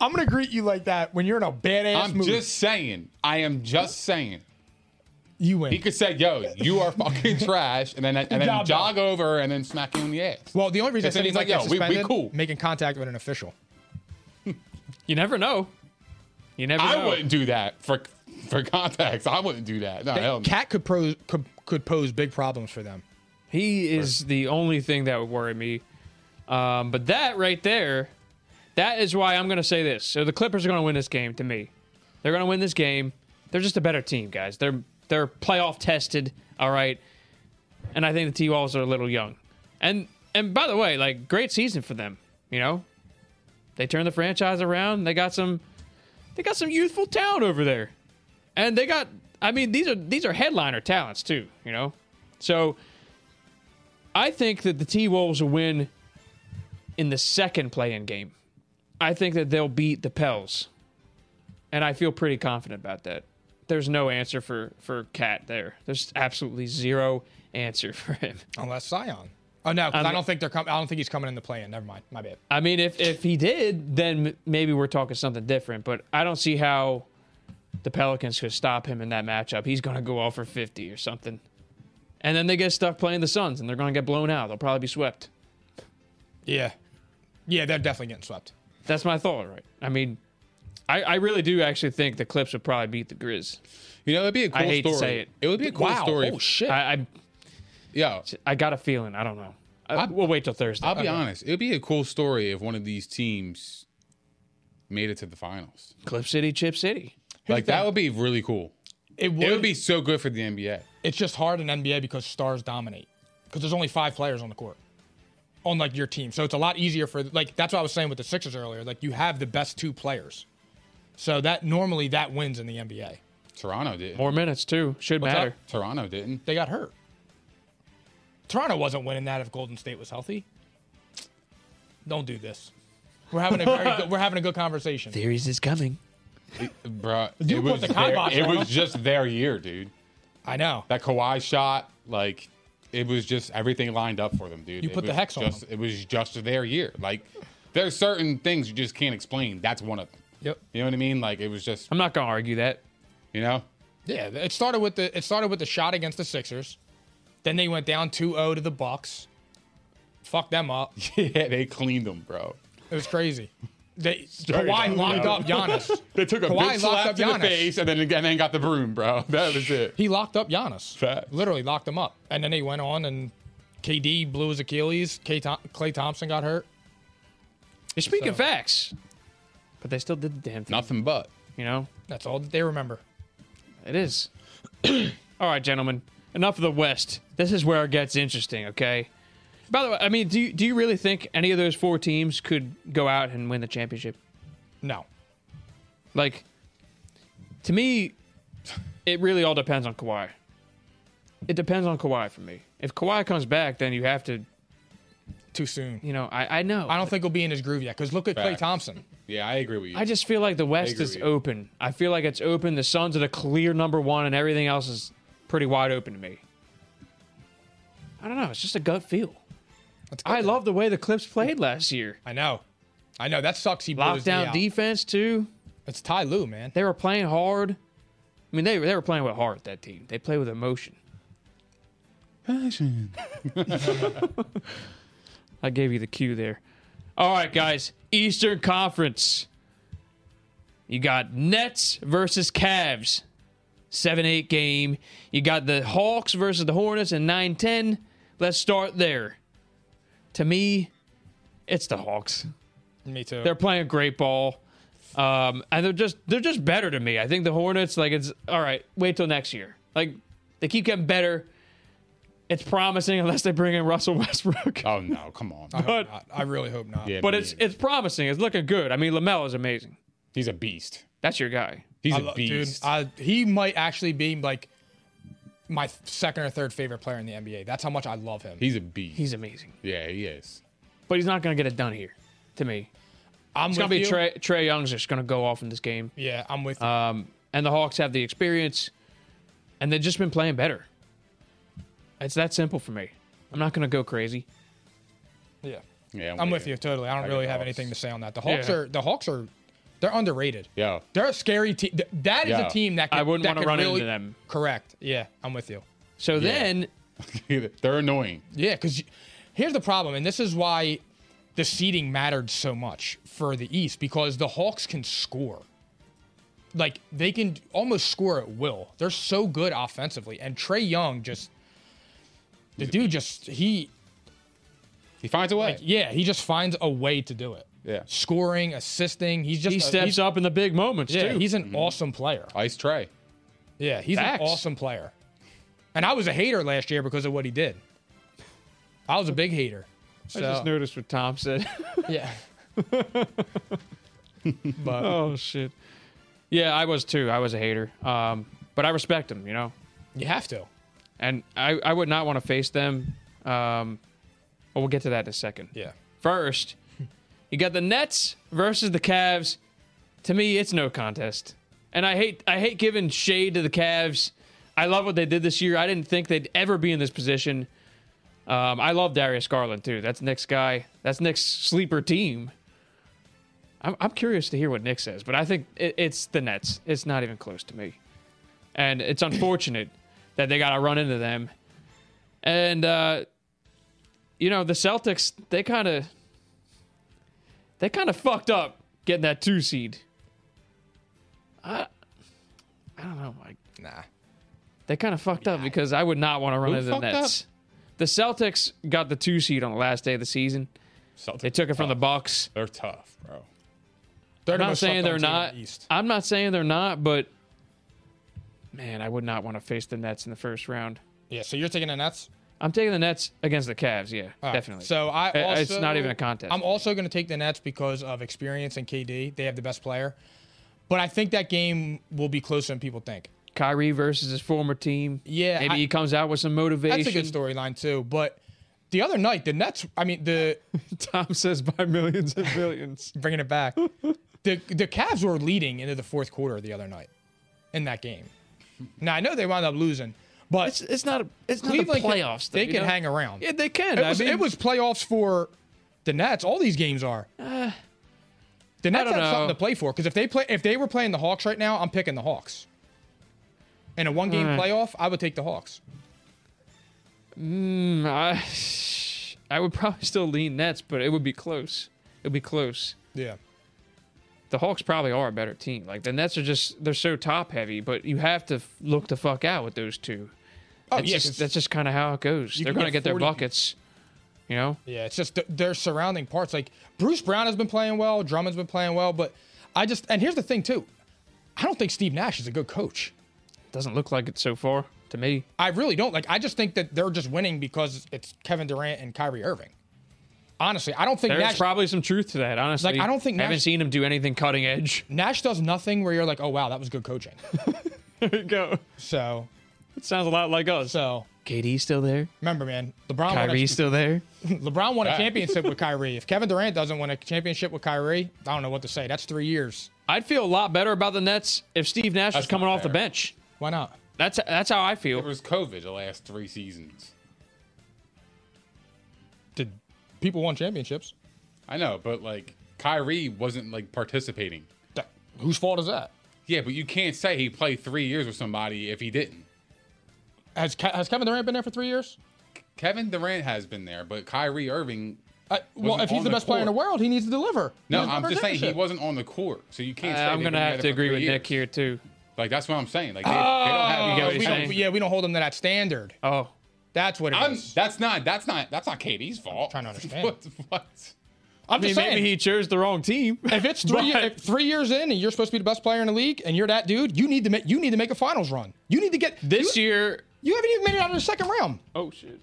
Speaker 2: I'm gonna greet you like that when you're in a badass
Speaker 1: I'm
Speaker 2: mood.
Speaker 1: just saying. I am just saying.
Speaker 2: you win.
Speaker 1: He could say, "Yo, you are fucking trash," and then and then
Speaker 2: Job
Speaker 1: jog over and then smack you in the ass.
Speaker 2: well, the only reason I
Speaker 1: Because then
Speaker 2: said he
Speaker 1: he's
Speaker 2: might
Speaker 1: like,
Speaker 2: get
Speaker 1: "Yo, we- we
Speaker 2: suspended,
Speaker 1: cool."
Speaker 2: making contact with an official.
Speaker 3: You never know. You never.
Speaker 1: I
Speaker 3: know.
Speaker 1: wouldn't do that for for context. I wouldn't do that. No, hell no.
Speaker 2: Cat could, pose could could pose big problems for them.
Speaker 3: He is the only thing that would worry me. Um, but that right there, that is why I'm going to say this. So the Clippers are going to win this game to me. They're going to win this game. They're just a better team, guys. They're they're playoff tested, all right. And I think the T-Wolves are a little young. And and by the way, like great season for them, you know? They turned the franchise around. They got some they got some youthful talent over there. And they got I mean, these are these are headliner talents too, you know? So I think that the T Wolves will win in the second play in game. I think that they'll beat the Pels. And I feel pretty confident about that. There's no answer for for Cat there. There's absolutely zero answer for him.
Speaker 2: Unless Zion. Oh no, 'cause
Speaker 3: Um,
Speaker 2: I don't think they're com- I don't think he's coming in the play-in. Never mind. My bad.
Speaker 3: I mean, if if he did, then m- maybe we're talking something different. But I don't see how the Pelicans could stop him in that matchup. He's going to go off for 50 or something, and then they get stuck playing the Suns, and they're going to get blown out. They'll probably be swept.
Speaker 2: Yeah, yeah, they're definitely getting swept.
Speaker 3: That's my thought, right? I mean, I, I really do actually think the Clips would probably beat the Grizz.
Speaker 1: You know, it'd be a cool
Speaker 3: I hate to
Speaker 1: story.
Speaker 3: say it.
Speaker 1: would be a cool
Speaker 2: wow.
Speaker 1: story.
Speaker 2: Oh shit.
Speaker 3: I, I
Speaker 1: Yo,
Speaker 3: I got a feeling. I don't know. I,
Speaker 2: uh,
Speaker 1: I'm-
Speaker 3: we'll wait till Thursday. Uh,
Speaker 1: I'll be honest. It'd be a cool story if one of these teams made it to the finals.
Speaker 3: Clip City, Chip City.
Speaker 1: like that would be really cool.
Speaker 2: it, would,
Speaker 1: It would be so good for the NBA.
Speaker 2: It's just hard in NBA because stars dominate because there's only five players on the court on like your team, so it's a lot easier for like that's what I was saying with the Sixers earlier. Like you have the best two players, so that normally that wins in the NBA.
Speaker 1: Toronto did.
Speaker 3: More minutes too. Should
Speaker 2: What's
Speaker 3: matter.
Speaker 2: up?
Speaker 1: Toronto didn't.
Speaker 2: They got hurt. Toronto wasn't winning that if Golden State was healthy. Don't do this. We're having a very good, we're having a good conversation.
Speaker 3: Theories is coming.
Speaker 1: Bruh,
Speaker 2: You
Speaker 1: it
Speaker 2: put
Speaker 1: was
Speaker 2: the
Speaker 1: their-
Speaker 2: kibosh
Speaker 1: It
Speaker 2: on
Speaker 1: was
Speaker 2: them.
Speaker 1: just their year, dude.
Speaker 2: I know.
Speaker 1: That Kawhi shot, like it was just everything lined up for them, dude.
Speaker 2: You
Speaker 1: It
Speaker 2: put the
Speaker 1: was
Speaker 2: hex on
Speaker 1: just,
Speaker 2: them.
Speaker 1: It was just their year. Like there's certain things you just can't explain. That's one of them.
Speaker 2: Yep.
Speaker 1: You know what I mean? Like it was just,
Speaker 3: I'm not gonna argue that.
Speaker 1: you know.
Speaker 2: Yeah, it started with the it started with the shot against the Sixers. Then they went down 2-0 to the Bucks. Fucked them up.
Speaker 1: Yeah, they cleaned them, bro.
Speaker 2: It was crazy. They
Speaker 1: Straight
Speaker 2: Kawhi
Speaker 1: up,
Speaker 2: locked
Speaker 1: yo.
Speaker 2: up Giannis.
Speaker 1: They took a
Speaker 2: Kawhi
Speaker 1: big
Speaker 2: locked
Speaker 1: slap
Speaker 2: up
Speaker 1: to the
Speaker 2: Giannis.
Speaker 1: face and then and then got the broom, bro. That was it.
Speaker 2: He locked up Giannis.
Speaker 1: Facts.
Speaker 2: Literally locked him up. And then they went on and KD blew his Achilles. K Tom- Clay Thompson got hurt.
Speaker 3: You're speaking
Speaker 2: So-
Speaker 3: facts. But they still did the damn thing.
Speaker 1: Nothing but.
Speaker 3: You know,
Speaker 2: That's all that they remember.
Speaker 3: it is. All right, gentlemen. Enough of the West. This is where it gets interesting. Okay. By the way, I mean, do you, do you really think any of those four teams could go out and win the championship?
Speaker 2: No.
Speaker 3: Like, to me, it really all depends on Kawhi. It depends on Kawhi for me. If Kawhi comes back, then you have to,
Speaker 2: Too soon.
Speaker 3: you know, I, I know.
Speaker 2: I don't think he'll be in his groove yet. Because look at Clay
Speaker 1: Facts.
Speaker 2: Thompson.
Speaker 1: Yeah, I agree with you.
Speaker 3: I just feel like the West
Speaker 1: agree
Speaker 3: is
Speaker 1: with you.
Speaker 3: open. I feel like it's open. The Suns are the clear number one, and everything else is pretty wide open to me. I don't know. It's just a gut feel.
Speaker 2: Let's go
Speaker 3: I
Speaker 2: there.
Speaker 3: love the way the Clips played last year.
Speaker 2: I know. I know. That sucks. He blew his knee
Speaker 3: Lockdown
Speaker 2: out.
Speaker 3: defense too.
Speaker 2: It's Ty Lue, man.
Speaker 3: They were playing hard. I mean, they they were playing with heart. That team. They play with emotion.
Speaker 1: Passion.
Speaker 3: I gave you the cue there. All right, guys. Eastern Conference. You got Nets versus Cavs. 7 8 game. You got the Hawks versus the Hornets in 9 10. Let's start there. To me, it's the Hawks.
Speaker 2: Me too.
Speaker 3: They're playing great ball. Um, and they're just they're just better to me. I think the Hornets, like it's all right, wait till next year. Like they keep getting better. It's promising unless they bring in Russell Westbrook.
Speaker 1: Oh no, come on.
Speaker 2: I, hope not. I really hope not.
Speaker 1: Yeah,
Speaker 3: But
Speaker 1: man.
Speaker 3: it's it's promising. It's looking good. I mean, Lamelo is amazing.
Speaker 1: he's a beast.
Speaker 3: That's your guy.
Speaker 1: He's
Speaker 2: I
Speaker 1: a
Speaker 2: lo- dude,
Speaker 1: beast.
Speaker 2: I, he might actually be like my second or third favorite player in the NBA. That's how much I love him.
Speaker 1: he's a beast.
Speaker 3: He's amazing.
Speaker 1: yeah, he is.
Speaker 3: But he's not going to get it done here. To me,
Speaker 2: I'm
Speaker 3: it's
Speaker 2: with
Speaker 3: going to be
Speaker 2: you.
Speaker 3: Trey, Trey Young's just going to go off in this game.
Speaker 2: Yeah, I'm with you.
Speaker 3: Um, and the Hawks have the experience, and they've just been playing better. It's that simple for me. I'm not going to go crazy.
Speaker 2: yeah,
Speaker 1: Yeah,
Speaker 2: I'm with you totally. I don't
Speaker 1: I
Speaker 2: really
Speaker 1: get
Speaker 2: have
Speaker 1: Hawks.
Speaker 2: anything to say on that. The Hawks
Speaker 3: Yeah.
Speaker 2: are the Hawks are they're underrated.
Speaker 1: Yeah.
Speaker 2: They're a scary team. Th- That is
Speaker 1: Yeah.
Speaker 2: a team that could,
Speaker 3: I wouldn't
Speaker 2: that
Speaker 3: wanna
Speaker 2: could
Speaker 3: run
Speaker 2: really-
Speaker 3: into them.
Speaker 2: Correct. Yeah, I'm with you.
Speaker 3: So then,
Speaker 1: They're annoying.
Speaker 2: Yeah, because here's the problem, and this is why the seeding mattered so much for the East because the Hawks can score. Like they can almost score at will. They're so good offensively, and Trey Young just the dude just he
Speaker 1: He finds a way.
Speaker 2: yeah he just finds a way to do it.
Speaker 1: Yeah.
Speaker 2: scoring, assisting. He's just
Speaker 3: he
Speaker 2: a-
Speaker 3: steps
Speaker 2: he's-
Speaker 3: Uh, up in the big moments
Speaker 2: Yeah,
Speaker 3: too.
Speaker 2: he's an awesome player.
Speaker 1: Ice Trey.
Speaker 2: Yeah, he's
Speaker 3: Facts.
Speaker 2: an awesome player. And I was a hater last year because of what he did. I was a big hater.
Speaker 3: I
Speaker 2: So,
Speaker 3: just noticed what Tom said.
Speaker 2: yeah.
Speaker 3: oh shit. Yeah, I was too. I was a hater. Um, but I respect him. You know.
Speaker 2: You have to.
Speaker 3: and I, I would not want to face them. Um, but we'll get to that in a second.
Speaker 2: Yeah.
Speaker 3: First, you got the Nets versus the Cavs. To me, it's no contest, and I hate I hate giving shade to the Cavs. I love what they did this year. I didn't think they'd ever be in this position. Um, I love Darius Garland too. That's Nick's guy. That's Nick's sleeper team. I'm, I'm curious to hear what Nick says, but I think it, it's the Nets. It's not even close to me, and it's unfortunate that they got to run into them. And uh, you know the Celtics, they kind of they kind of fucked up getting that two seed. I I don't know. Like, nah, they kind of fucked up because I would not want to run into the
Speaker 1: fucked
Speaker 3: Nets. The Celtics got the two seed on the last day of the season.
Speaker 1: Celtics
Speaker 3: They took it from the Bucks.
Speaker 1: They're tough, bro.
Speaker 2: They're
Speaker 3: I'm
Speaker 2: the
Speaker 3: not
Speaker 2: most slept-on
Speaker 3: saying they're
Speaker 2: team in the
Speaker 3: not.
Speaker 2: East.
Speaker 3: I'm not saying they're not, but man, I would not want to face the Nets in the first round.
Speaker 2: Yeah, so you're taking the Nets?
Speaker 3: I'm taking the Nets against the Cavs. Yeah,
Speaker 2: All right.
Speaker 3: definitely.
Speaker 2: So I
Speaker 3: I-
Speaker 2: also,
Speaker 3: it's not even a contest.
Speaker 2: I'm also going to take the Nets because of experience and KD. They have the best player. But I think that game will be closer than people think.
Speaker 3: Kyrie versus his former team.
Speaker 2: Yeah,
Speaker 3: maybe
Speaker 2: I-
Speaker 3: he comes out with some motivation.
Speaker 2: That's a good storyline too, but the other night, the Nets, I mean, the
Speaker 3: Tom says by millions and millions.
Speaker 2: bringing it back. the the Cavs were leading into the fourth quarter the other night in that game. Now I know they wound up losing, but
Speaker 3: it's, it's not. It's
Speaker 2: Cleveland
Speaker 3: not
Speaker 2: can-
Speaker 3: the playoffs.
Speaker 2: they
Speaker 3: though, you
Speaker 2: can
Speaker 3: know?
Speaker 2: hang around.
Speaker 3: Yeah, they can.
Speaker 2: it,
Speaker 3: I
Speaker 2: was,
Speaker 3: mean,
Speaker 2: it was playoffs for the Nets. All these games are. the Nets
Speaker 3: don't
Speaker 2: have something
Speaker 3: know.
Speaker 2: to play for because if they play, if they were playing the Hawks right now, I'm picking the Hawks. In a one game
Speaker 3: Mm.
Speaker 2: playoff, I would take the Hawks.
Speaker 3: I, I would probably still lean Nets, but it would be close. It'd be close.
Speaker 2: Yeah,
Speaker 3: The Hawks probably are a better team. Like the Nets are just they're so top heavy, but you have to f- look the fuck out with those two.
Speaker 2: Oh,
Speaker 3: That's
Speaker 2: yeah, 'cause
Speaker 3: just, that's just kind of how it goes.
Speaker 2: you
Speaker 3: They're
Speaker 2: can
Speaker 3: gonna
Speaker 2: get
Speaker 3: get, their
Speaker 2: 40
Speaker 3: buckets. You know,
Speaker 2: yeah. It's just th- their surrounding parts. Like Bruce Brown has been playing well, Drummond's been playing well, but I just and here's the thing too, I don't think Steve Nash is a good coach.
Speaker 3: doesn't look like it so far to me.
Speaker 2: I really don't. Like, I just think that they're just winning because it's Kevin Durant and Kyrie Irving. Honestly, I don't think
Speaker 3: There's
Speaker 2: Nash,
Speaker 3: probably some truth to that, honestly.
Speaker 2: Like, I don't think
Speaker 3: I haven't
Speaker 2: Nash-
Speaker 3: seen him do anything cutting edge.
Speaker 2: Nash does nothing where you're like, oh wow, that was good coaching.
Speaker 3: There you go.
Speaker 2: so,
Speaker 3: It sounds a lot like us.
Speaker 2: so
Speaker 3: KD's still there.
Speaker 2: remember, man, LeBron won
Speaker 3: Kyrie's
Speaker 2: a,
Speaker 3: still there.
Speaker 2: LeBron won a
Speaker 1: Right.
Speaker 2: championship with Kyrie. If Kevin Durant doesn't win a championship with Kyrie, I don't know what to say. That's three years.
Speaker 3: I'd feel a lot better about the Nets if Steve Nash was
Speaker 1: That's
Speaker 3: coming
Speaker 1: not
Speaker 3: off the
Speaker 1: fair.
Speaker 3: bench.
Speaker 2: Why not?
Speaker 3: That's that's how I
Speaker 1: It
Speaker 3: feel.
Speaker 1: was COVID the last three seasons.
Speaker 2: Did people won championships?
Speaker 1: I know, but like Kyrie wasn't like participating.
Speaker 2: That, whose fault is that?
Speaker 1: Yeah, but you can't say he played three years with somebody if he didn't.
Speaker 2: Has Ke- has Kevin Durant been there for three years?
Speaker 1: Kevin Durant has been there, but Kyrie Irving.
Speaker 2: I, Uh, well,
Speaker 1: Wasn't
Speaker 2: if he's
Speaker 1: on
Speaker 2: the
Speaker 1: the
Speaker 2: best player in the world, he needs to deliver. He
Speaker 1: No,
Speaker 2: needs to
Speaker 1: I'm
Speaker 2: deliver
Speaker 1: just
Speaker 2: a
Speaker 1: saying he
Speaker 2: championship.
Speaker 1: wasn't on the court, so you can't. say
Speaker 3: Uh, I'm
Speaker 1: they
Speaker 3: gonna
Speaker 1: didn't
Speaker 3: have
Speaker 1: it
Speaker 3: to
Speaker 1: for
Speaker 3: agree
Speaker 1: three
Speaker 3: with
Speaker 1: years.
Speaker 3: Nick here too.
Speaker 1: Like that's what I'm saying. Like they, they don't have.
Speaker 3: You get what
Speaker 1: they
Speaker 3: he's
Speaker 1: don't-
Speaker 3: saying?
Speaker 2: Yeah, Oh, we don't hold him to that standard.
Speaker 3: Oh,
Speaker 2: That's what it
Speaker 1: I'm,
Speaker 2: is.
Speaker 1: that's not. That's not. That's not KD's fault.
Speaker 2: trying to understand.
Speaker 1: What? what?
Speaker 2: I'm
Speaker 3: I mean,
Speaker 2: just saying.
Speaker 3: maybe he chose the wrong team.
Speaker 2: if it's three,
Speaker 3: But-
Speaker 2: if three years in and you're supposed to be the best player in the league and you're that dude, you need to make you need to make a finals run. You need to get
Speaker 3: this
Speaker 2: you,
Speaker 3: year,
Speaker 2: You haven't even made it out of the second round.
Speaker 3: oh shit,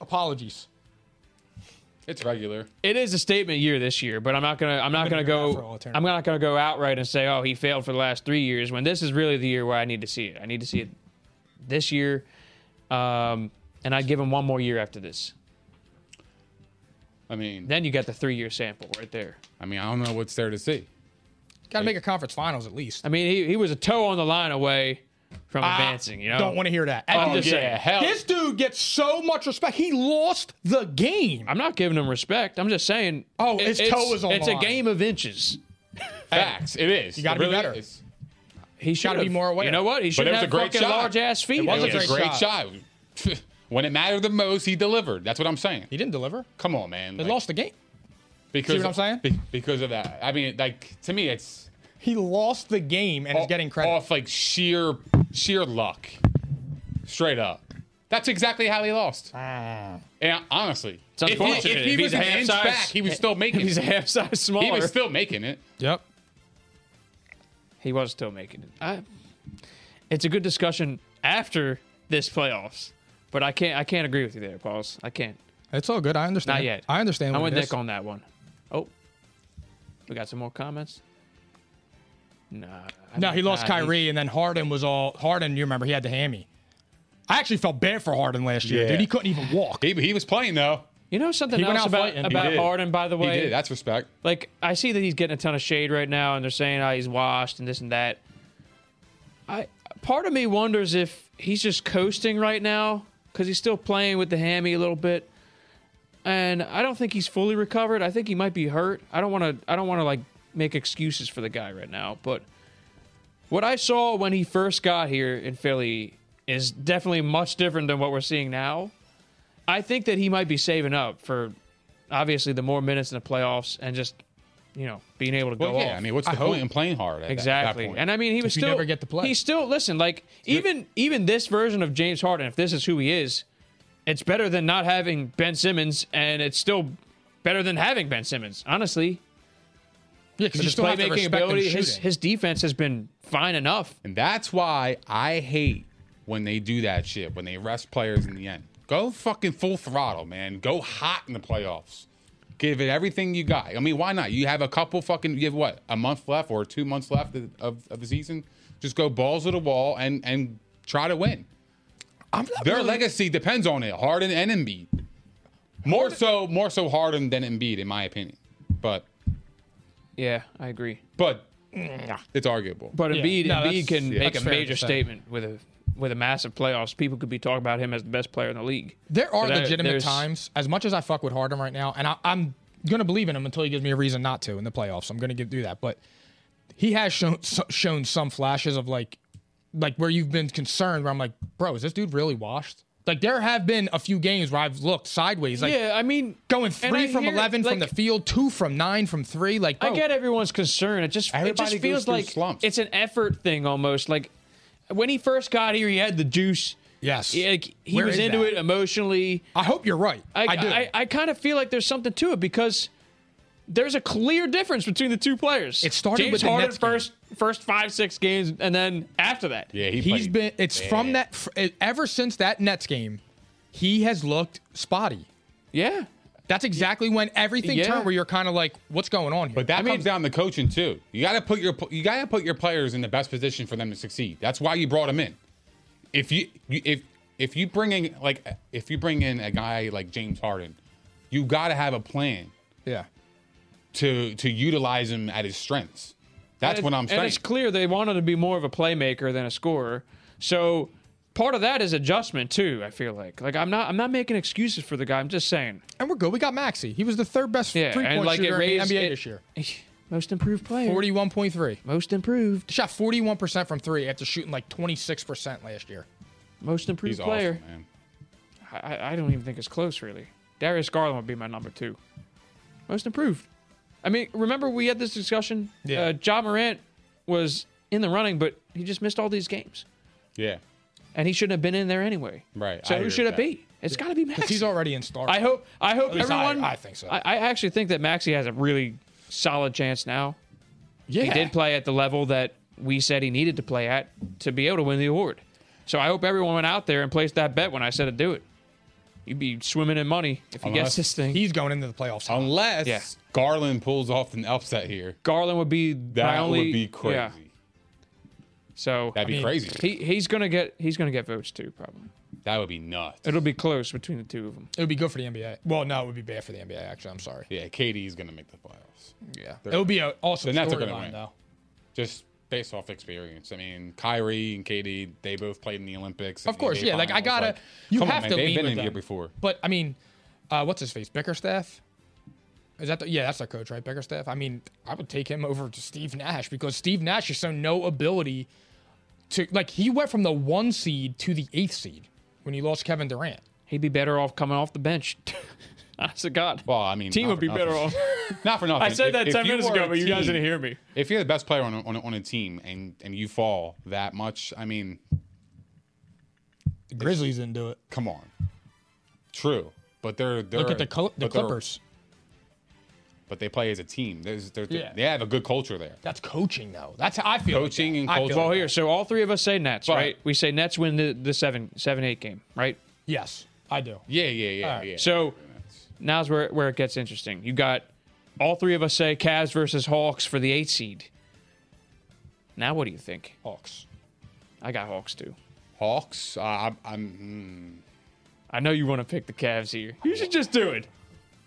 Speaker 2: Apologies.
Speaker 1: It's regular.
Speaker 3: it is a statement year this year. But I'm not gonna I'm not
Speaker 2: been
Speaker 3: gonna
Speaker 2: a good guy for
Speaker 3: go
Speaker 2: all eternity.
Speaker 3: I'm not gonna go outright and say oh he failed for the last three years when this is really the year where I need to see it. I need to see it this year, um, and I'd give him one more year after this.
Speaker 1: I mean,
Speaker 3: Then you got the three year sample right there.
Speaker 1: I mean, I don't know what's there to see.
Speaker 2: Got to make a conference finals at least. Ah,
Speaker 3: I mean, he, he was a toe on the line away from advancing. You know,
Speaker 2: Don't want to hear that.
Speaker 3: I'm
Speaker 2: At
Speaker 3: just
Speaker 2: the-
Speaker 3: saying, hell.
Speaker 2: This dude gets so much respect. He lost the game.
Speaker 3: I'm not giving him respect. I'm just saying.
Speaker 2: Oh, his
Speaker 3: it's,
Speaker 2: toe is on the
Speaker 3: It's
Speaker 2: line.
Speaker 3: a game of inches.
Speaker 1: Facts. It is. You
Speaker 2: gotta be better.
Speaker 3: He should
Speaker 2: Gotta be more aware.
Speaker 3: You know what? He should
Speaker 1: it was
Speaker 3: have
Speaker 1: a great
Speaker 3: fucking
Speaker 1: shot.
Speaker 3: large ass feet.
Speaker 2: It was
Speaker 1: It
Speaker 2: a
Speaker 1: was a
Speaker 2: great
Speaker 1: great shot. when it mattered the most, he delivered. That's what I'm saying.
Speaker 2: He didn't deliver.
Speaker 1: Come on, man.
Speaker 2: They lost the game.
Speaker 1: Because
Speaker 2: See what I'm saying?
Speaker 1: be- because of that. I mean, like to me, it's
Speaker 2: He lost the game and is getting credit.
Speaker 1: off like sheer sheer luck, straight up. That's exactly how he lost. And honestly,
Speaker 3: It's unfortunate.
Speaker 1: If he, if he
Speaker 3: If
Speaker 1: was
Speaker 3: he's
Speaker 1: an
Speaker 3: a half
Speaker 1: inch
Speaker 3: size-
Speaker 1: back, he was still making.
Speaker 3: He's a
Speaker 1: it.
Speaker 3: half size smaller.
Speaker 1: He was still making it.
Speaker 2: Yep.
Speaker 3: He was still making it. I, it's a good discussion after this playoffs, but I can't. I can't agree with you there, Pauls. I can't.
Speaker 2: It's all good. I understand.
Speaker 3: Not yet.
Speaker 2: I understand.
Speaker 3: I'm
Speaker 2: what
Speaker 3: with
Speaker 2: it
Speaker 3: Nick
Speaker 2: is.
Speaker 3: on that one. Oh, we got some more comments. Nah. I
Speaker 2: No,
Speaker 3: mean,
Speaker 2: he lost
Speaker 3: nah,
Speaker 2: Kyrie, and then Harden was all Harden. You remember he had the hammy. I actually felt bad for Harden last year,
Speaker 1: Yeah.
Speaker 2: dude. He couldn't even walk.
Speaker 1: He, he was playing though.
Speaker 3: You know something
Speaker 2: He went
Speaker 3: else
Speaker 2: out
Speaker 3: about,
Speaker 2: fighting. He
Speaker 3: about
Speaker 1: did.
Speaker 3: Harden, by the way.
Speaker 1: He did. That's respect.
Speaker 3: like I see that he's getting a ton of shade right now, and they're saying oh, he's washed and this and that. I part of me wonders if he's just coasting right now because he's still playing with the hammy a little bit, and I don't think he's fully recovered. I think he might be hurt. I don't want to. I don't want to like make excuses for the guy right now, but what I saw when he first got here in Philly is definitely much different than what we're seeing now. I think that he might be saving up for obviously the more minutes in the playoffs and just you know being able to
Speaker 1: Well,
Speaker 3: go
Speaker 1: yeah.
Speaker 3: off.
Speaker 1: I mean, what's the
Speaker 2: I
Speaker 1: point
Speaker 2: hope-
Speaker 1: in playing hard? At that-
Speaker 3: exactly.
Speaker 1: That, point?
Speaker 3: and I mean, he was
Speaker 2: you
Speaker 3: still
Speaker 2: never get to play.
Speaker 3: He still listen like even even this version of James Harden, if this is who he is, it's better than not having Ben Simmons, and it's still better than having Ben Simmons. Honestly,
Speaker 2: Yeah, because
Speaker 3: his
Speaker 2: you still have to
Speaker 3: playmaking
Speaker 2: respect him
Speaker 3: ability, his
Speaker 2: shooting.
Speaker 3: his defense has been fine enough.
Speaker 1: And that's why I hate when they do that shit, when they rest players in the end. Go fucking full throttle, man. Go hot in the playoffs. Give it everything you got. I mean, why not? You have a couple fucking, you have what, a month left or two months left of, of, of the season? Just go balls to the wall and, and try to win.
Speaker 2: I'm not
Speaker 1: Their
Speaker 2: really-
Speaker 1: legacy depends on it. Harden and Embiid. More so, more so Harden than Embiid, in my opinion. But,
Speaker 3: Yeah, I agree.
Speaker 1: but it's arguable.
Speaker 3: But
Speaker 2: Yeah.
Speaker 3: Embiid,
Speaker 2: No,
Speaker 3: Embiid
Speaker 2: that's-
Speaker 3: can
Speaker 2: yeah.
Speaker 3: make
Speaker 2: That's
Speaker 3: a
Speaker 2: fair to
Speaker 3: major
Speaker 2: say.
Speaker 3: statement with a with a massive playoffs. People could be talking about him as the best player in the league.
Speaker 2: There are
Speaker 3: So that-
Speaker 2: legitimate
Speaker 3: there's-
Speaker 2: times, as much as I fuck with Harden right now, and I, I'm gonna believe in him until he gives me a reason not to in the playoffs. I'm gonna give, do that, but he has shown so, shown some flashes of like, like where you've been concerned. Where I'm like, bro, is this dude really washed? Like there have been a few games where I've looked sideways, like
Speaker 3: yeah, I mean,
Speaker 2: going
Speaker 3: and I
Speaker 2: three from
Speaker 3: hear,
Speaker 2: eleven from the
Speaker 3: like,
Speaker 2: field, two from nine from three. Like
Speaker 3: I
Speaker 2: bro,
Speaker 3: get everyone's concern. It just it
Speaker 1: Everybody
Speaker 3: just
Speaker 1: goes
Speaker 3: feels
Speaker 1: through
Speaker 3: like
Speaker 1: slumps.
Speaker 3: it's an effort thing almost. Like when he first got here, he had the juice.
Speaker 2: Yes.
Speaker 3: He, like, he
Speaker 2: Where
Speaker 3: was
Speaker 2: is
Speaker 3: into
Speaker 2: that?
Speaker 3: it emotionally.
Speaker 2: I hope you're right. I,
Speaker 3: I,
Speaker 2: do.
Speaker 3: I, I kind of feel like there's something to it because there's a clear difference between the two players.
Speaker 2: It started
Speaker 3: James
Speaker 2: with the
Speaker 3: Harden
Speaker 2: Nets game.
Speaker 3: first first five six games, and then after that,
Speaker 1: yeah, he
Speaker 2: He's
Speaker 1: played
Speaker 2: been. It's from
Speaker 1: bad.
Speaker 2: that. fr- Ever since that Nets game, he has looked spotty.
Speaker 3: yeah.
Speaker 2: That's exactly when everything
Speaker 3: Yeah.
Speaker 2: turned where you're kind of like, what's going on here?
Speaker 1: But that comes down to coaching too. You got to put your you got to put your players in the best position for them to succeed. That's why you brought them in. If you, you if if you bring in like if you bring in a guy like James Harden, you got to have a plan
Speaker 2: yeah.
Speaker 1: to to utilize him at his strengths. That's
Speaker 3: And
Speaker 1: what
Speaker 3: it-
Speaker 1: I'm saying.
Speaker 3: And it's clear they wanted to be more of a playmaker than a scorer. So part of that is adjustment too. I feel like like I'm not I'm not making excuses for the guy. I'm just saying
Speaker 2: And we're good. We got Maxi. He was the third best
Speaker 3: Yeah,
Speaker 2: three
Speaker 3: and,
Speaker 2: point
Speaker 3: like, it
Speaker 2: shooter in
Speaker 3: raised-
Speaker 2: the NBA
Speaker 3: it-
Speaker 2: this year.
Speaker 3: most improved player.
Speaker 2: 41.3.
Speaker 3: Most improved.
Speaker 2: Shot 41% from three after shooting like 26% last year.
Speaker 3: Most improved
Speaker 1: He's
Speaker 3: player.
Speaker 1: awesome, man.
Speaker 3: I- I, I don't even think it's close, really. Darius Garland would be my number two. Most improved. I mean, remember we had this discussion?
Speaker 2: Yeah.
Speaker 3: Uh, John Morant was in the running, but he just missed all these games.
Speaker 1: Yeah.
Speaker 3: And he shouldn't have been in there anyway.
Speaker 1: Right,
Speaker 3: So
Speaker 1: I
Speaker 3: who
Speaker 1: agree
Speaker 3: should
Speaker 1: with
Speaker 3: it
Speaker 1: that.
Speaker 3: be? It's got to be Maxi.
Speaker 2: Because he's already in star.
Speaker 3: I hope. I hope
Speaker 2: least I-
Speaker 3: everyone.
Speaker 2: I think so.
Speaker 3: I, I actually think that Maxi has a really solid chance now.
Speaker 2: yeah.
Speaker 3: He did play at the level that we said he needed to play at to be able to win the award. So I hope everyone went out there and placed that bet when I said to do it. You'd be swimming in money if you guess
Speaker 1: Unless
Speaker 3: this thing.
Speaker 2: He's going into the playoffs. hot.
Speaker 1: Unless
Speaker 3: Yeah.
Speaker 1: Garland pulls off an upset here,
Speaker 3: Garland would be my
Speaker 1: that
Speaker 3: only,
Speaker 1: would be crazy.
Speaker 3: yeah. So
Speaker 1: That'd be crazy.
Speaker 3: he he's gonna get he's gonna get votes too probably.
Speaker 1: that would be nuts.
Speaker 3: It'll be close between the two of them.
Speaker 2: It would be good for the NBA. Well, no, it would be bad for the NBA, actually. I'm sorry.
Speaker 1: yeah, KD's gonna make the playoffs.
Speaker 2: Yeah. It would be an awesome
Speaker 1: The Nets are gonna
Speaker 2: storyline,
Speaker 1: win.
Speaker 2: though.
Speaker 1: Just based off experience. I mean, Kyrie and KD, they both played in the Olympics. and
Speaker 2: Of course,
Speaker 1: NBA
Speaker 2: yeah. Like I
Speaker 1: finals.
Speaker 2: gotta,
Speaker 1: Like,
Speaker 2: you
Speaker 1: come on,
Speaker 2: have
Speaker 1: man,
Speaker 2: to
Speaker 1: They've
Speaker 2: lead
Speaker 1: been
Speaker 2: with
Speaker 1: in
Speaker 2: them.
Speaker 1: here before.
Speaker 2: But I mean, uh, what's his face? Bickerstaff. Is that the, yeah? That's their coach, right? Bickerstaff. I mean, I would take him over to Steve Nash because Steve Nash has shown no ability to like he went from the one seed to the eighth seed when he lost Kevin Durant.
Speaker 3: He'd be better off coming off the bench. Honest to God.
Speaker 1: Well, I mean,
Speaker 3: team
Speaker 1: not
Speaker 3: would
Speaker 1: for
Speaker 3: be
Speaker 1: nothing.
Speaker 3: better off.
Speaker 1: Not for nothing.
Speaker 3: I said
Speaker 1: If-
Speaker 3: that
Speaker 1: if
Speaker 3: ten minutes
Speaker 1: were
Speaker 3: ago,
Speaker 1: a
Speaker 3: but you guys
Speaker 1: team-
Speaker 3: didn't hear me.
Speaker 1: If you're the best player on a, on a, on a team and and you fall that much, I mean,
Speaker 2: The Grizzlies didn't do it.
Speaker 1: come on. True, but they're, they're
Speaker 2: Look at the Cl- the
Speaker 1: but they're-
Speaker 2: Clippers.
Speaker 1: but they play as a team. There's, there's,
Speaker 2: Yeah.
Speaker 1: They have a good culture there.
Speaker 2: That's coaching, though. That's how I feel. like
Speaker 1: Coaching
Speaker 2: that.
Speaker 1: and
Speaker 2: I feel
Speaker 1: culture.
Speaker 2: like
Speaker 3: Well,
Speaker 2: that.
Speaker 3: here, so all three of us say Nets,
Speaker 1: But-
Speaker 3: right? We say Nets win the, the seven seven eight game, right?
Speaker 2: Yes, I do.
Speaker 1: Yeah, yeah, yeah,
Speaker 2: Alright.
Speaker 1: yeah.
Speaker 3: So now's where where it gets interesting. You got all three of us say Cavs versus Hawks for the eight seed. Now what do you think?
Speaker 2: Hawks.
Speaker 3: I got Hawks too.
Speaker 1: Hawks. Uh, I'm. mm. I'm
Speaker 3: I know you want to pick the Cavs here. You should just do it.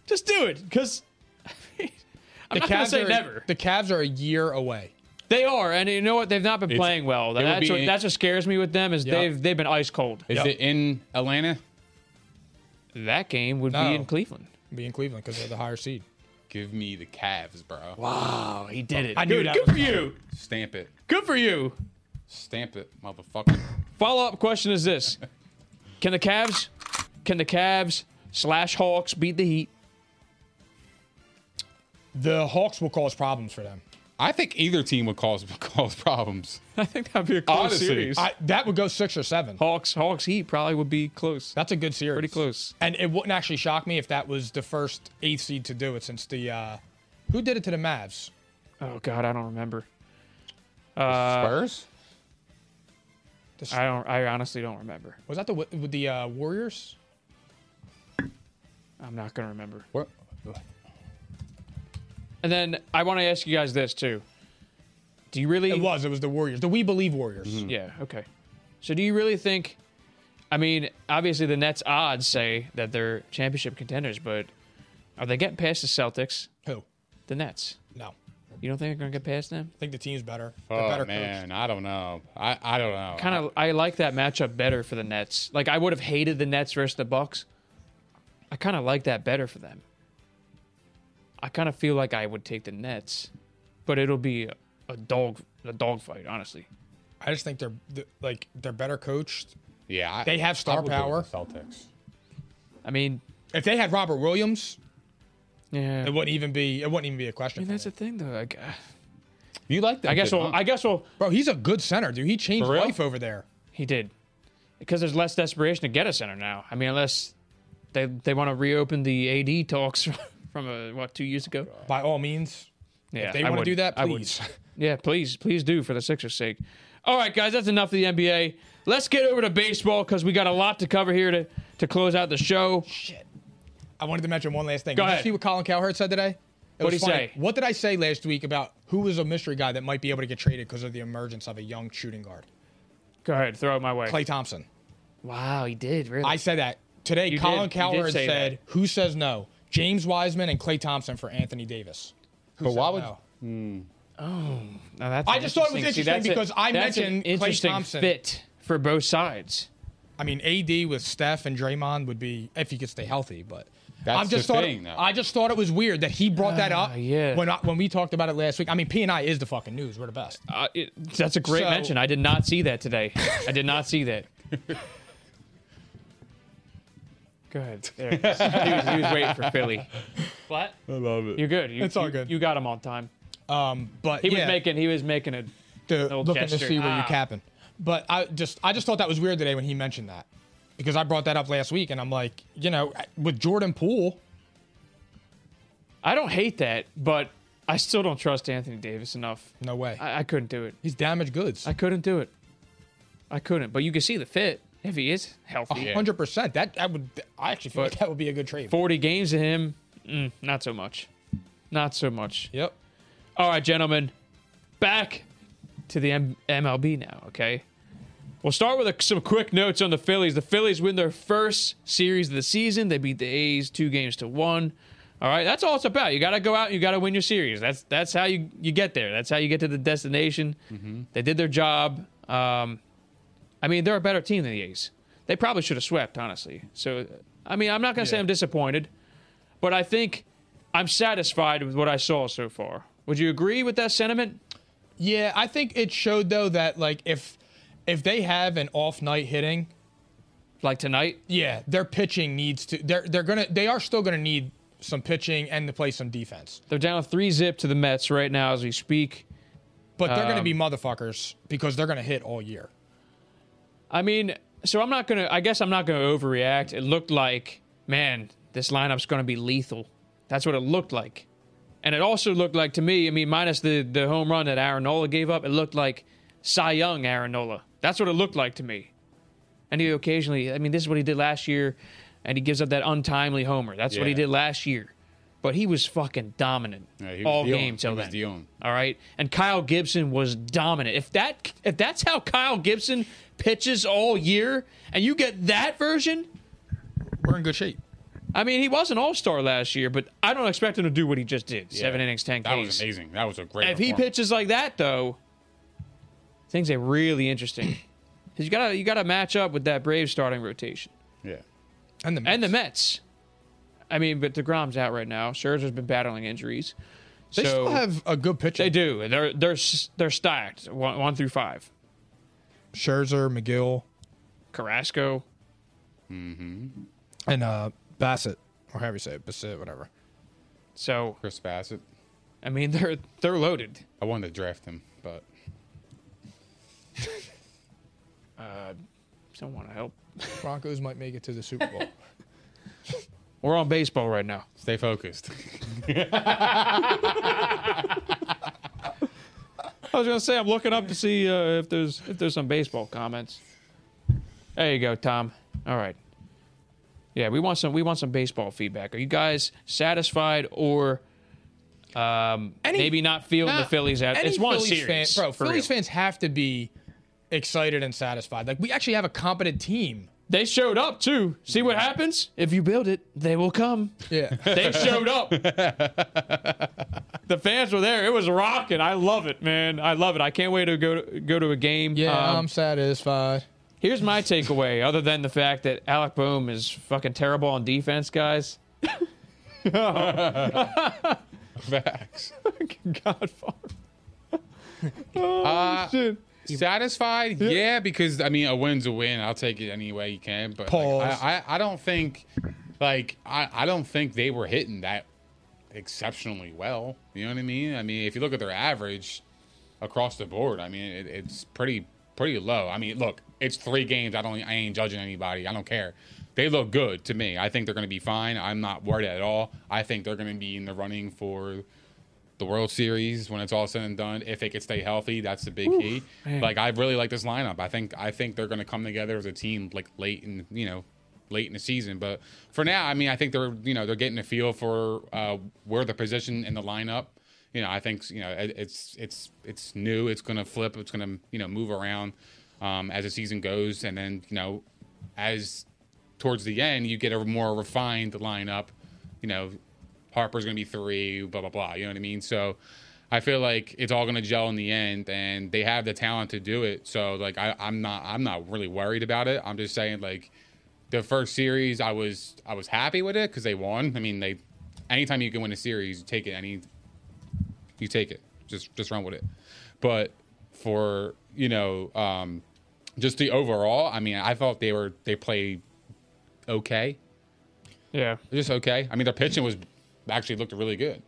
Speaker 3: Just do it, because I'm not gonna say
Speaker 2: are,
Speaker 3: never.
Speaker 2: The Cavs are a year away.
Speaker 3: They are, and you know what? They've not been
Speaker 1: It's-
Speaker 3: playing well.
Speaker 1: it would
Speaker 3: That's
Speaker 1: be
Speaker 3: what,
Speaker 1: in-
Speaker 3: that's what scares me with them is
Speaker 2: Yeah.
Speaker 3: they've they've been ice cold.
Speaker 1: hmm. Is it in Atlanta?
Speaker 3: That game would
Speaker 2: No.
Speaker 3: be in Cleveland.
Speaker 2: Be in Cleveland because they're the higher seed.
Speaker 1: Give me the Cavs, bro.
Speaker 3: Wow, he did it.
Speaker 2: I knew
Speaker 3: good,
Speaker 2: that
Speaker 3: good
Speaker 2: was
Speaker 3: for you.
Speaker 1: Stamp it.
Speaker 3: Good for you.
Speaker 1: Stamp it, motherfucker.
Speaker 3: Follow up question is this: Can the Cavs, can the Cavs slash Hawks beat the Heat?
Speaker 2: The Hawks will cause problems for them.
Speaker 1: I think either team would cause cause problems.
Speaker 3: I think that'd be a close
Speaker 1: Honestly,
Speaker 3: series.
Speaker 2: I, that would go six or seven.
Speaker 3: Hawks, Hawks, Heat probably would be close.
Speaker 2: That's a good series.
Speaker 3: Pretty close.
Speaker 2: And it wouldn't actually shock me if that was the first eighth seed to do it since the uh, who did it to the Mavs?
Speaker 3: Oh God, I don't remember.
Speaker 2: Uh,
Speaker 1: Spurs?
Speaker 3: I don't. I honestly don't remember.
Speaker 2: Was that the Wa- with the uh, Warriors?
Speaker 3: I'm not gonna remember.
Speaker 1: What?
Speaker 3: And then I want to ask you guys this too. Do you really?
Speaker 2: It was. It was the Warriors. The We Believe Warriors.
Speaker 1: Mm-hmm.
Speaker 3: Yeah. Okay. So do you really think? I mean, obviously the Nets odds say that they're championship contenders, but are they getting past the Celtics?
Speaker 2: Who?
Speaker 3: The Nets.
Speaker 2: No.
Speaker 3: You don't think they're gonna get past them?
Speaker 2: I think the team's better. They're
Speaker 1: Oh
Speaker 2: better
Speaker 1: man,
Speaker 2: coached.
Speaker 1: I don't know. I, I don't know.
Speaker 3: kind of I like that matchup better for the Nets. Like I would have hated the Nets versus the Bucks. I kind of like that better for them. I kind of feel like I would take the Nets, but it'll be a, a dog a dog fight, honestly.
Speaker 2: I just think they're th- like they're better coached.
Speaker 1: yeah, I,
Speaker 2: They have star
Speaker 1: I would go with the Celtics.
Speaker 3: I mean,
Speaker 2: If they had Robert Williams,
Speaker 3: yeah.
Speaker 2: it wouldn't even be it wouldn't even be a question.
Speaker 3: And
Speaker 2: for
Speaker 3: that's
Speaker 2: me.
Speaker 3: the thing though. Like, uh,
Speaker 1: You like that?
Speaker 3: I guess we'll I guess we'll
Speaker 2: Bro, he's a good center, dude. He changed
Speaker 1: For real?
Speaker 2: life over there.
Speaker 3: he did. Because there's less desperation to get a center now. I mean, unless they they want to reopen the AD talks from uh what 2 years ago.
Speaker 2: By all means,
Speaker 3: Yeah.
Speaker 2: if they
Speaker 3: I
Speaker 2: want to do
Speaker 3: would-
Speaker 2: that,
Speaker 3: I would.
Speaker 2: please.
Speaker 3: Yeah, please, please do for the Sixers' sake. All right, guys, that's enough of the NBA. Let's get over to baseball because we got a lot to cover here to, to close out the show.
Speaker 2: I wanted to mention one last thing.
Speaker 3: Go
Speaker 2: Did
Speaker 3: ahead.
Speaker 2: you see what Colin Cowherd said today? It was
Speaker 3: What'd he
Speaker 2: funny.
Speaker 3: say?
Speaker 2: What did I say last week about who was a mystery guy that might be able to get traded because of the emergence of a young shooting guard?
Speaker 3: Go ahead, throw it my way.
Speaker 2: Clay Thompson.
Speaker 3: Wow, he did really.
Speaker 2: I said that. Today,
Speaker 3: You
Speaker 2: Colin
Speaker 3: did- you did
Speaker 2: Cowherd
Speaker 3: say
Speaker 2: said, who says no? James Wiseman and Clay Thompson for Anthony Davis. Who
Speaker 1: But
Speaker 2: said
Speaker 1: why would-
Speaker 2: no?
Speaker 3: Now, that's
Speaker 2: I just thought it was
Speaker 3: See,
Speaker 2: interesting
Speaker 3: that's a-
Speaker 2: because I
Speaker 3: that's an
Speaker 2: mentioned Klay
Speaker 3: interesting
Speaker 2: Thompson.
Speaker 3: fit for both sides.
Speaker 2: I mean, AD with Steph and Draymond would be if he could stay healthy, but
Speaker 1: That's
Speaker 2: I'm just
Speaker 1: the
Speaker 2: thought
Speaker 1: thing, though.
Speaker 2: I just thought it was weird that he brought that up.
Speaker 3: yeah.
Speaker 2: When I, when we talked about it last week, I mean, P and I is the fucking news. We're the best.
Speaker 3: Uh, it, that's a great
Speaker 2: So-
Speaker 3: mention. I did not see that today. I did not see that. Good. There it is. he, was, he was waiting for Philly. What?
Speaker 1: I love it.
Speaker 3: You're good. You,
Speaker 2: It's all
Speaker 3: you-
Speaker 2: good.
Speaker 3: You got him on time.
Speaker 2: Um, but
Speaker 3: He
Speaker 2: yeah,
Speaker 3: was making. He was making it.
Speaker 2: the,
Speaker 3: little
Speaker 2: looking
Speaker 3: gesture.
Speaker 2: to see where
Speaker 3: Ah.
Speaker 2: you're capping. But I just I just thought that was weird today when he mentioned that because I brought that up last week and I'm like, you know, with Jordan Poole,
Speaker 3: I don't hate that, but I still don't trust Anthony Davis enough.
Speaker 2: no way.
Speaker 3: I, I couldn't do it.
Speaker 2: He's damaged goods.
Speaker 3: I couldn't do it. I couldn't. But you can see the fit if he is healthy.
Speaker 1: Yeah.
Speaker 2: Hundred percent. That that would I actually feel like that would be a good trade.
Speaker 3: 40 games to him, mm, not so much. Not so much.
Speaker 2: Yep.
Speaker 3: All right, gentlemen, back to the M- MLB now, okay? We'll start with a, some quick notes on the Phillies. The Phillies win their first series of the season. They beat the A's two games to one. All right, that's all it's about. You got to go out. and You got to win your series. That's that's how you, you get there. That's how you get to the destination. They did their job. Um, I mean, they're a better team than the A's. They probably should have swept, honestly. So, I mean, I'm not gonna say I'm disappointed, but I think I'm satisfied with what I saw so far. Would you agree with that sentiment?
Speaker 2: Yeah, I think it showed though that like if if they have an off night hitting,
Speaker 3: Like tonight?
Speaker 2: yeah, their pitching needs to they're they're gonna they are still gonna need some pitching and to play some defense.
Speaker 3: They're down three zip to the Mets right now as we speak.
Speaker 2: But they're gonna be motherfuckers because they're gonna hit all year.
Speaker 3: I mean, so I'm not gonna. I guess I'm not gonna overreact. It looked like, man, this lineup's gonna be lethal. That's what it looked like, and it also looked like to me. I mean, minus the the home run that Aaron Nola gave up, it looked like Cy Young Aaron Nola. That's what it looked like to me. And he occasionally, I mean, this is what he did last year, and he gives up that untimely homer. That's what he
Speaker 1: Yeah.
Speaker 3: did last year, but he was fucking dominant
Speaker 1: Yeah, he was
Speaker 3: all
Speaker 1: dealing.
Speaker 3: game till
Speaker 1: He was
Speaker 3: then.
Speaker 1: dealing.
Speaker 3: All right, and Kyle Gibson was dominant. If that if that's how Kyle Gibson pitches all year, and you get that version,
Speaker 2: We're in good shape.
Speaker 3: I mean, he was an All Star last year, but I don't expect him to do what he just did: seven
Speaker 1: Yeah.
Speaker 3: innings, ten Ks.
Speaker 1: That was amazing. That was a great.
Speaker 3: If he
Speaker 1: performance.
Speaker 3: pitches like that, though, things are really interesting. Because you gotta you gotta match up with that Brave starting rotation
Speaker 1: yeah.
Speaker 2: And the Mets.
Speaker 3: and the Mets. I mean, but Degrom's out right now. Scherzer's been battling injuries.
Speaker 2: they
Speaker 3: so
Speaker 2: still have a good pitcher.
Speaker 3: they do. They're they're s- they're stacked one, one through five.
Speaker 2: Scherzer, McGill,
Speaker 3: Carrasco.
Speaker 2: and uh Bassett, or however you say it, Bassett, whatever.
Speaker 3: So
Speaker 1: Chris Bassett.
Speaker 3: I mean, they're they're loaded.
Speaker 1: I wanted to draft him, but
Speaker 3: Someone want to help.
Speaker 2: Broncos might make it to the Super Bowl.
Speaker 3: We're on baseball right now.
Speaker 1: stay focused.
Speaker 3: I was gonna say I'm looking up to see uh, if there's if there's some baseball comments. There you go, Tom. All right. Yeah, we want some we want some baseball feedback. Are you guys satisfied or um,
Speaker 2: Any-
Speaker 3: maybe not feeling the
Speaker 2: Nah,
Speaker 3: Phillies out?
Speaker 2: any
Speaker 3: It's one
Speaker 2: Phillies fan-
Speaker 3: series,
Speaker 2: bro.
Speaker 3: for
Speaker 2: Phillies
Speaker 3: real.
Speaker 2: fans have to be excited and satisfied. Like we actually have a competent team.
Speaker 3: They showed up too. See what happens if you build it, they will come.
Speaker 2: Yeah.
Speaker 3: They showed up. the fans were there. It was rocking. I love it, man. I love it. I can't wait to go to, go to a game.
Speaker 2: Yeah,
Speaker 3: Um,
Speaker 2: I'm satisfied.
Speaker 3: here's my takeaway, other than the fact that Alec Boehm is fucking terrible on defense, guys.
Speaker 1: Facts.
Speaker 3: God, fuck.
Speaker 1: Uh, satisfied? Yeah. because I mean, a win's a win. I'll take it any way you can. But like,
Speaker 2: Pause.
Speaker 1: I, I, I don't think, like, I, I don't think they were hitting that exceptionally well. You know what I mean? I mean, if you look at their average across the board, I mean, it, it's pretty pretty low. I mean, look, it's three games. I don't, I ain't judging anybody. I don't care. They look good to me. I think they're going to be fine. I'm not worried at all. I think they're going to be in the running for the World Series when it's all said and done. If they could stay healthy, that's the big key. Like I really like this lineup. I think I think they're going to come together as a team like late in you know late in the season. But for now, I mean, I think they're you know they're getting a feel for uh, where the position in the lineup. You know, I think you know it, it's it's it's new. It's going to flip. It's going to you know move around um, as the season goes, and then you know as towards the end you get a more refined lineup. You know, Harper's going to be three, blah blah blah. You know what I mean? So, I feel like it's all going to gel in the end, and they have the talent to do it. So like I, I'm not I'm not really worried about it. I'm just saying like the first series I was I was happy with it because they won. I mean they anytime you can win a series, you take it any you take it. Just just run with it. But for you know um, just the overall, I mean I thought they were they played okay
Speaker 3: Yeah.
Speaker 1: just okay. I mean, their pitching was actually looked really good.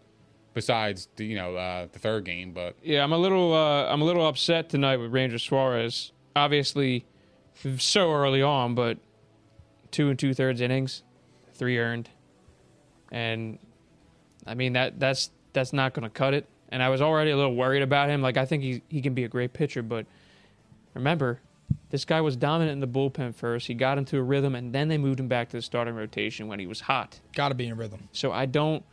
Speaker 1: Besides, the, you know, uh, the third game, but
Speaker 3: Yeah, I'm a little uh, I'm a little upset tonight with Ranger Suarez. Obviously, so early on, but two and two thirds innings, three earned, and I mean that that's that's not going to cut it. And I was already a little worried about him. Like I think he he can be a great pitcher, but remember, this guy was dominant in the bullpen first. He got into a rhythm, and then they moved him back to the starting rotation when he was hot.
Speaker 2: Got to be in rhythm.
Speaker 3: So I don't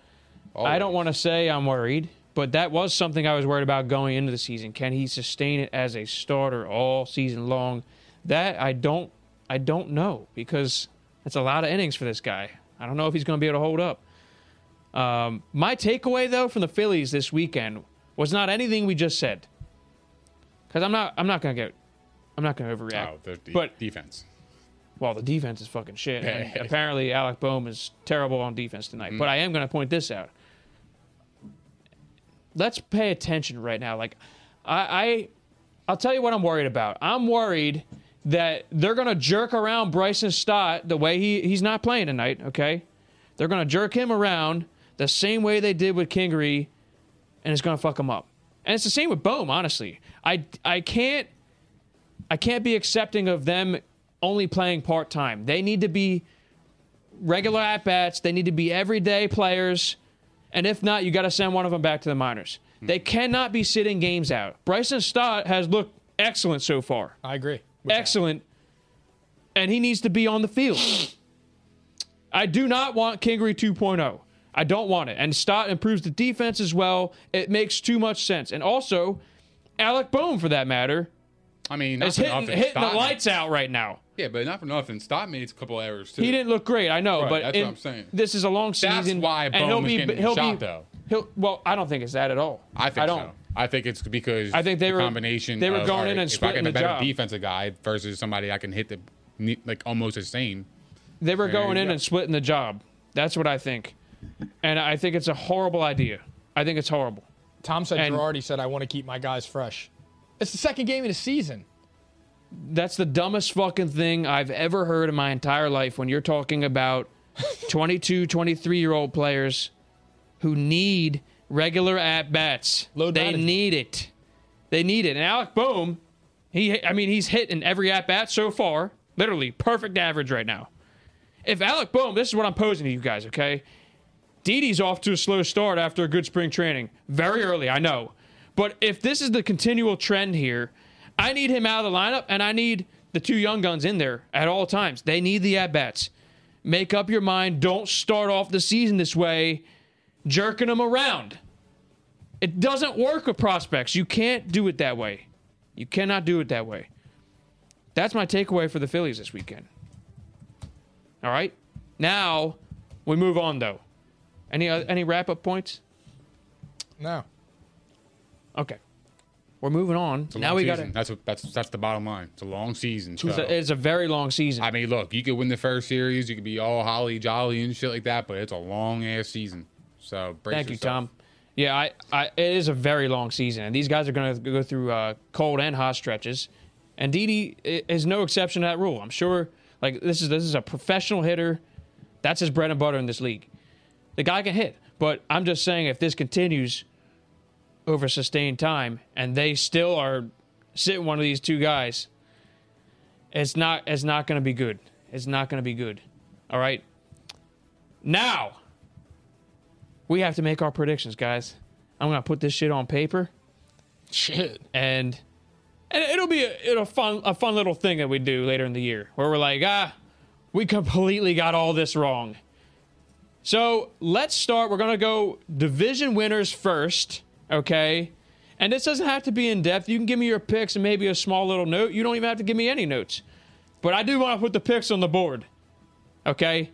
Speaker 3: I don't want to say I'm worried, but that was something I was worried about going into the season. Can he sustain it as a starter all season long? That I don't I don't know because that's a lot of innings for this guy. I don't know if he's going to be able to hold up. Um, my takeaway though from the Phillies this weekend was not anything we just said. Cuz I'm not I'm not going to get I'm not going to overreact.
Speaker 1: oh, the de-
Speaker 3: but
Speaker 1: defense.
Speaker 3: well, the defense is fucking shit. And apparently, Alec Boehm is terrible on defense tonight. But I am going to point this out. Let's pay attention right now. Like, I, I, I'll tell you what I'm worried about. I'm worried that they're going to jerk around Bryson Stott the way he, he's not playing tonight. Okay, they're going to jerk him around the same way they did with Kingery, and it's going to fuck him up. And it's the same with Boehm. Honestly, I, I can't. I can't be accepting of them only playing part time. They need to be regular at bats. They need to be everyday players. And if not, you got to send one of them back to the minors. They cannot be sitting games out. Bryson Stott has looked excellent so far.
Speaker 2: I agree.
Speaker 3: Excellent. And he needs to be on the field. I do not want Kingery 2.0. I don't want it. And Stott improves the defense as well. It makes too much sense. And also, Alec Boehm, for that matter,
Speaker 1: I mean, not
Speaker 3: is
Speaker 1: for
Speaker 3: hitting,
Speaker 1: nothing,
Speaker 3: hitting the
Speaker 1: Stott-
Speaker 3: lights out right now.
Speaker 1: Yeah, but not for nothing. Stop made a couple errors too.
Speaker 3: He didn't look great, I know,
Speaker 1: Right,
Speaker 3: but
Speaker 1: that's what
Speaker 3: in-
Speaker 1: I'm saying.
Speaker 3: this is a long
Speaker 1: That's
Speaker 3: season.
Speaker 1: why
Speaker 3: and he'll
Speaker 1: Bohm is
Speaker 3: be,
Speaker 1: getting
Speaker 3: he'll
Speaker 1: shot,
Speaker 3: be,
Speaker 1: though.
Speaker 3: He'll, well, I don't think it's that at all.
Speaker 1: I think
Speaker 3: I don't.
Speaker 1: so. I think it's because
Speaker 3: I think they
Speaker 1: the
Speaker 3: were-
Speaker 1: combination.
Speaker 3: they were
Speaker 1: of,
Speaker 3: going
Speaker 1: all
Speaker 3: in and
Speaker 1: if I
Speaker 3: splitting
Speaker 1: can
Speaker 3: the
Speaker 1: a better
Speaker 3: job.
Speaker 1: defensive guy versus somebody I can hit the ne- like almost the same.
Speaker 3: They were
Speaker 1: There you
Speaker 3: going in
Speaker 1: go.
Speaker 3: and splitting the job. That's what I think, and I think it's a horrible idea. I think it's horrible.
Speaker 2: Tom said
Speaker 3: And-
Speaker 2: Girardi said I want to keep my guys fresh. It's the second game of the season.
Speaker 3: That's the dumbest fucking thing I've ever heard in my entire life when you're talking about 22, 23 year old players who need regular at bats.
Speaker 2: Load
Speaker 3: They
Speaker 2: management.
Speaker 3: need it. They need it. And Alec Boehm, he I mean, he's hit in every at bat so far. Literally perfect average right now. If Alec Boehm, this is what I'm posing to you guys, okay? Didi's off to a slow start after a good spring training. Very early, I know. But if this is the continual trend here, I need him out of the lineup and I need the two young guns in there at all times. They need the at bats. Make up your mind. Don't start off the season this way, jerking them around. It doesn't work with prospects. You can't do it that way. You cannot do it that way. That's my takeaway for the Phillies this weekend. All right. Now we move on though. Any oth- any wrap up points?
Speaker 2: No.
Speaker 3: Okay. We're moving on.
Speaker 1: It's a
Speaker 3: Now
Speaker 1: long
Speaker 3: we got
Speaker 1: season.
Speaker 3: to.
Speaker 1: That's what that's that's the bottom line. It's a long season.
Speaker 3: It's,
Speaker 1: so-
Speaker 3: a- it's a very long season.
Speaker 1: I mean, look, you could win the first series, you could be all holly jolly and shit like that, but it's a long ass season. So brace
Speaker 3: Thank you,
Speaker 1: yourself.
Speaker 3: Tom. Yeah, I, I it is a very long season, and these guys are going to go through uh, cold and hot stretches. And Didi i- is no exception to that rule. I'm sure. Like this is this is a professional hitter. That's his bread and butter in this league. The guy can hit, but I'm just saying if this continues over sustained time, and they still are sitting one of these two guys, it's not it's not going to be good. It's not going to be good. All right. Now we have to make our predictions, guys. I'm gonna put this shit on paper,
Speaker 2: Shit.
Speaker 3: and and it'll be a, it'll fun a fun little thing that we do later in the year where we're like, ah, we completely got all this wrong. So let's start. We're gonna go division winners first, okay? And this doesn't have to be in depth. You can give me your picks and maybe a small little note. You don't even have to give me any notes, but I do want to put the picks on the board, okay?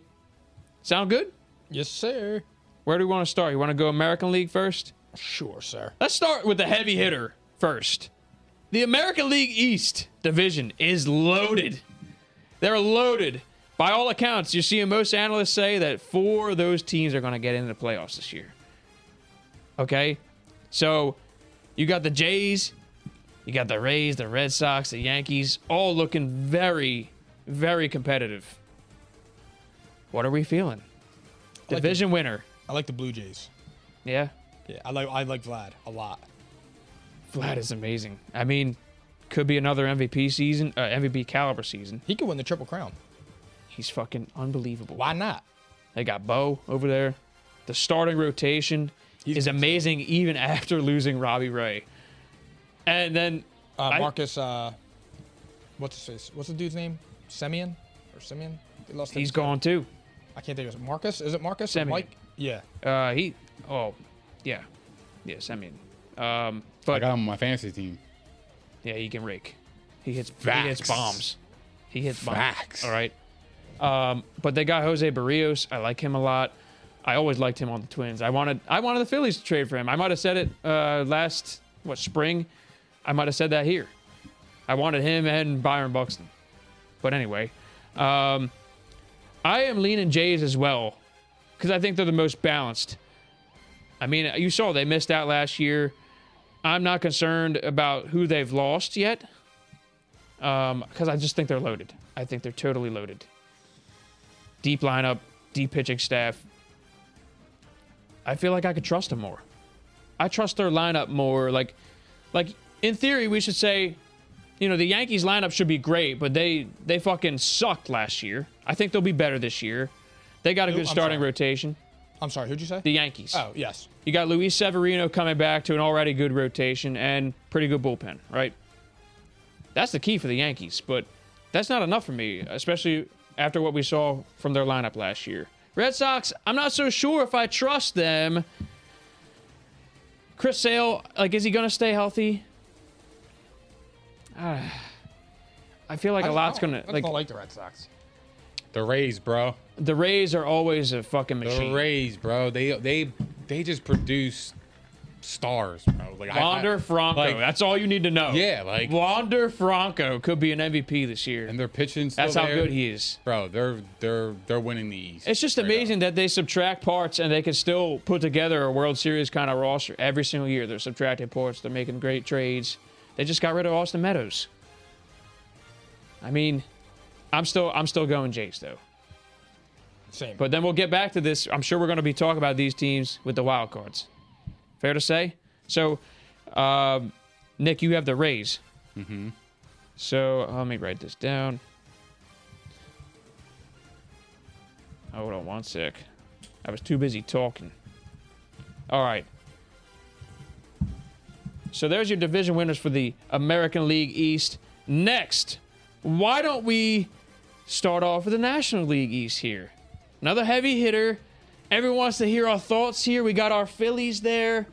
Speaker 3: Sound good?
Speaker 2: Yes, sir.
Speaker 3: Where do we want to start? You want to go American League first?
Speaker 2: Sure, sir.
Speaker 3: Let's start with the heavy hitter first. The American League East division is loaded. They're loaded. By all accounts, you're seeing most analysts say that four of those teams are going to get into the playoffs this year. Okay? So you got the Jays, you got the Rays, the Red Sox, the Yankees, all looking very, very competitive. What are we feeling?
Speaker 2: like
Speaker 3: Division winner.
Speaker 2: I like the Blue Jays.
Speaker 3: Yeah.
Speaker 2: Yeah, I like I like Vlad a lot.
Speaker 3: Vlad is amazing. I mean, could be another MVP season, uh, MVP caliber season.
Speaker 2: He could win the Triple Crown.
Speaker 3: He's fucking unbelievable.
Speaker 2: Why not?
Speaker 3: They got Bo over there. The starting rotation is amazing, even after losing Robbie Ray. And then
Speaker 2: Uh,
Speaker 3: I-
Speaker 2: Marcus, uh, what's his face? What's the dude's name? Simeon or Simeon? They lost him
Speaker 3: he's
Speaker 2: too.
Speaker 3: gone too.
Speaker 2: I can't think of his Marcus. Is it Marcus?
Speaker 3: Semien.
Speaker 2: Mike? Yeah.
Speaker 3: Uh, he, oh, yeah, yes. I mean, um,
Speaker 1: I
Speaker 3: but
Speaker 1: got him on my fantasy team.
Speaker 3: yeah, he can rake. He hits, he hits
Speaker 1: Facts.
Speaker 3: bombs. He hits bombs.
Speaker 1: Facts.
Speaker 3: All right. Um, but they got Jose Barrios. I like him a lot. I always liked him on the Twins. I wanted I wanted the Phillies to trade for him. I might have said it uh, last what spring. I might have said that here. I wanted him and Byron Buxton. But anyway, um, I am leaning Jays as well because I think they're the most balanced. I mean, you saw they missed out last year. I'm not concerned about who they've lost yet because I just think they're loaded. I think they're totally loaded. Deep lineup, deep pitching staff. I feel like I could trust them more. I trust their lineup more. Like, like in theory, we should say, you know, the Yankees lineup should be great, but they they fucking sucked last year. I think they'll be better this year. They got a
Speaker 2: Who?
Speaker 3: good
Speaker 2: I'm
Speaker 3: starting
Speaker 2: sorry.
Speaker 3: rotation.
Speaker 2: I'm sorry. Who'd you say?
Speaker 3: The Yankees.
Speaker 2: oh yes.
Speaker 3: You got Luis Severino coming back to an already good rotation and pretty good bullpen, right? That's the key for the Yankees, but that's not enough for me, especially after what we saw from their lineup last year. Red Sox, I'm not so sure if I trust them. Chris Sale, like, is he going to stay healthy? Ah, I feel like a lot's going to
Speaker 2: I
Speaker 3: like
Speaker 2: don't like the Red Sox.
Speaker 1: The Rays, bro.
Speaker 3: the Rays are always a fucking
Speaker 1: The
Speaker 3: machine.
Speaker 1: Rays, bro. They they they just produce stars, bro. Like I- I-
Speaker 3: Wander Franco,
Speaker 1: like,
Speaker 3: that's all you need to know.
Speaker 1: Yeah, like-
Speaker 3: Wander Franco could be an MVP this year.
Speaker 1: and their pitching. Still
Speaker 3: That's how
Speaker 1: there.
Speaker 3: good he is.
Speaker 1: bro. They're they're they're winning the East.
Speaker 3: It's just
Speaker 1: straight up.
Speaker 3: amazing that they subtract parts and they can still put together a World Series kind of roster every single year. They're subtracting parts. They're making great trades. They just got rid of Austin Meadows. I mean, I'm still I'm still going Jays though.
Speaker 2: Same.
Speaker 3: But then we'll get back to this. I'm sure we're going to be talking about these teams with the wild cards. Fair to say. So, um, Nick, you have the Rays. Mm-hmm. So let me write this down. Hold on one sec. I was too busy talking. All right. So there's your division winners for the American League East. Next, why don't we start off with the National League East here? Another heavy hitter. Everyone wants to hear our thoughts here. We got our Phillies there.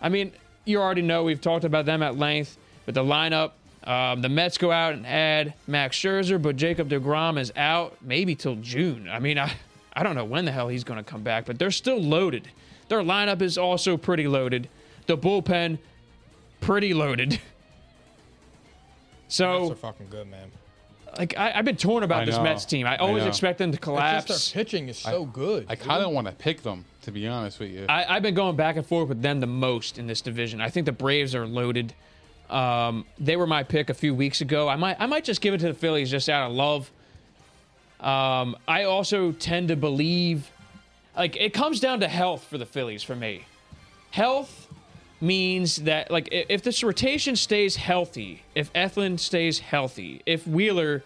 Speaker 3: I mean, you already know we've talked about them at length, but the lineup. Um, the Mets go out and add Max Scherzer, but Jacob DeGrom is out maybe till June. I mean, I, I don't know when the hell he's going to come back, but they're still loaded. Their lineup is also pretty loaded. The bullpen, pretty loaded.
Speaker 2: Mets are
Speaker 3: So,
Speaker 2: fucking good, man.
Speaker 3: like, I, I've been torn
Speaker 1: I
Speaker 3: about this
Speaker 1: know.
Speaker 3: Mets team. I
Speaker 1: I
Speaker 3: always
Speaker 1: know.
Speaker 3: expect them to
Speaker 2: It's
Speaker 3: collapse.
Speaker 2: just their pitching is so good.
Speaker 1: I
Speaker 2: dude.
Speaker 1: kind of want to pick them, to be honest with you.
Speaker 3: I, I've been going back and forth with them the most in this division. I think the Braves are loaded. Um, they were my pick a few weeks ago. I might I might just give it to the Phillies just out of love. Um, I also tend to believe, like it comes down to health for the Phillies for me. Health means that like i- if this rotation stays healthy, if Eflin stays healthy, if Wheeler,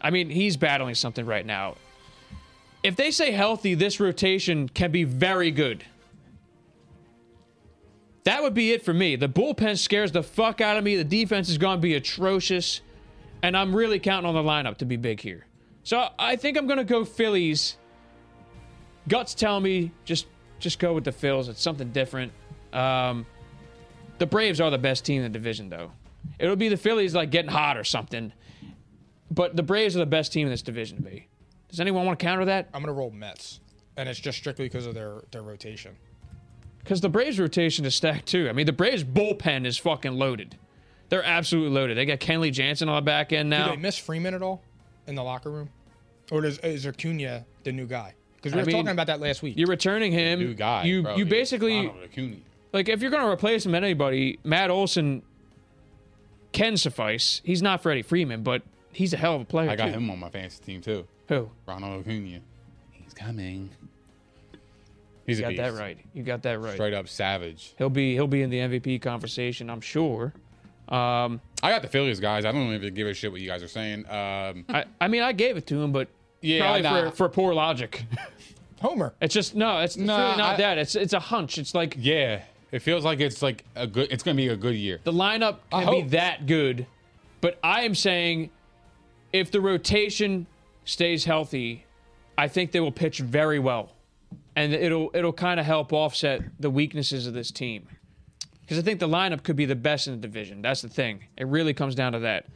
Speaker 3: I mean he's battling something right now if they say healthy, this rotation can be very good. That would be it for me. The bullpen scares the fuck out of me. The defense is going to be atrocious. And I'm really counting on the lineup to be big here. So I think I'm going to go Phillies. Guts tell me just just go with the Phils. It's something different. Um, the Braves are the best team in the division, though. It'll be the Phillies like getting hot or something. But the Braves are the best team in this division to me. Does anyone want to counter that?
Speaker 2: I'm gonna roll Mets, and it's just strictly because of their their rotation.
Speaker 3: Because the Braves rotation is stacked too. I mean, the Braves bullpen is fucking loaded. They're absolutely loaded. They got Kenley Jansen on the back end
Speaker 2: Do
Speaker 3: now.
Speaker 2: they miss Freeman at all in the locker room, or does, is Acuna the new guy? Because we
Speaker 3: I
Speaker 2: were
Speaker 3: mean,
Speaker 2: talking about that last week.
Speaker 3: You're returning him.
Speaker 1: New guy.
Speaker 3: You
Speaker 1: bro.
Speaker 3: you
Speaker 1: Yeah,
Speaker 3: basically
Speaker 1: Ronald Acuna.
Speaker 3: like if you're gonna replace him at anybody, Matt Olson can suffice. He's not Freddie Freeman, but he's a hell of a player.
Speaker 1: I got
Speaker 3: too. Oh,
Speaker 1: him on my fantasy team too.
Speaker 3: Who?
Speaker 1: Ronald Acuna. He's coming. He's
Speaker 3: You got
Speaker 1: a beast.
Speaker 3: that right. You got that right.
Speaker 1: Straight up savage.
Speaker 3: He'll be he'll be in the MVP conversation, I'm sure. Um,
Speaker 1: I got the Phillies guys. I don't even give a shit what you guys are saying. Um,
Speaker 3: I, I mean, I gave it to him, but
Speaker 1: Yeah,
Speaker 3: probably
Speaker 1: nah.
Speaker 3: for, for poor logic.
Speaker 2: Homer.
Speaker 3: It's just no, it's, it's
Speaker 1: Nah,
Speaker 3: really not
Speaker 1: I-
Speaker 3: that. It's it's a hunch. It's like
Speaker 1: yeah, it feels like it's like a good. It's gonna be a good year.
Speaker 3: the lineup
Speaker 1: I
Speaker 3: can be
Speaker 1: hope.
Speaker 3: that good, but I am saying if the rotation stays healthy, I think they will pitch very well, and it'll it'll kind of help offset the weaknesses of this team. Because I think the lineup could be the best in the division. That's the thing. It really comes down to that.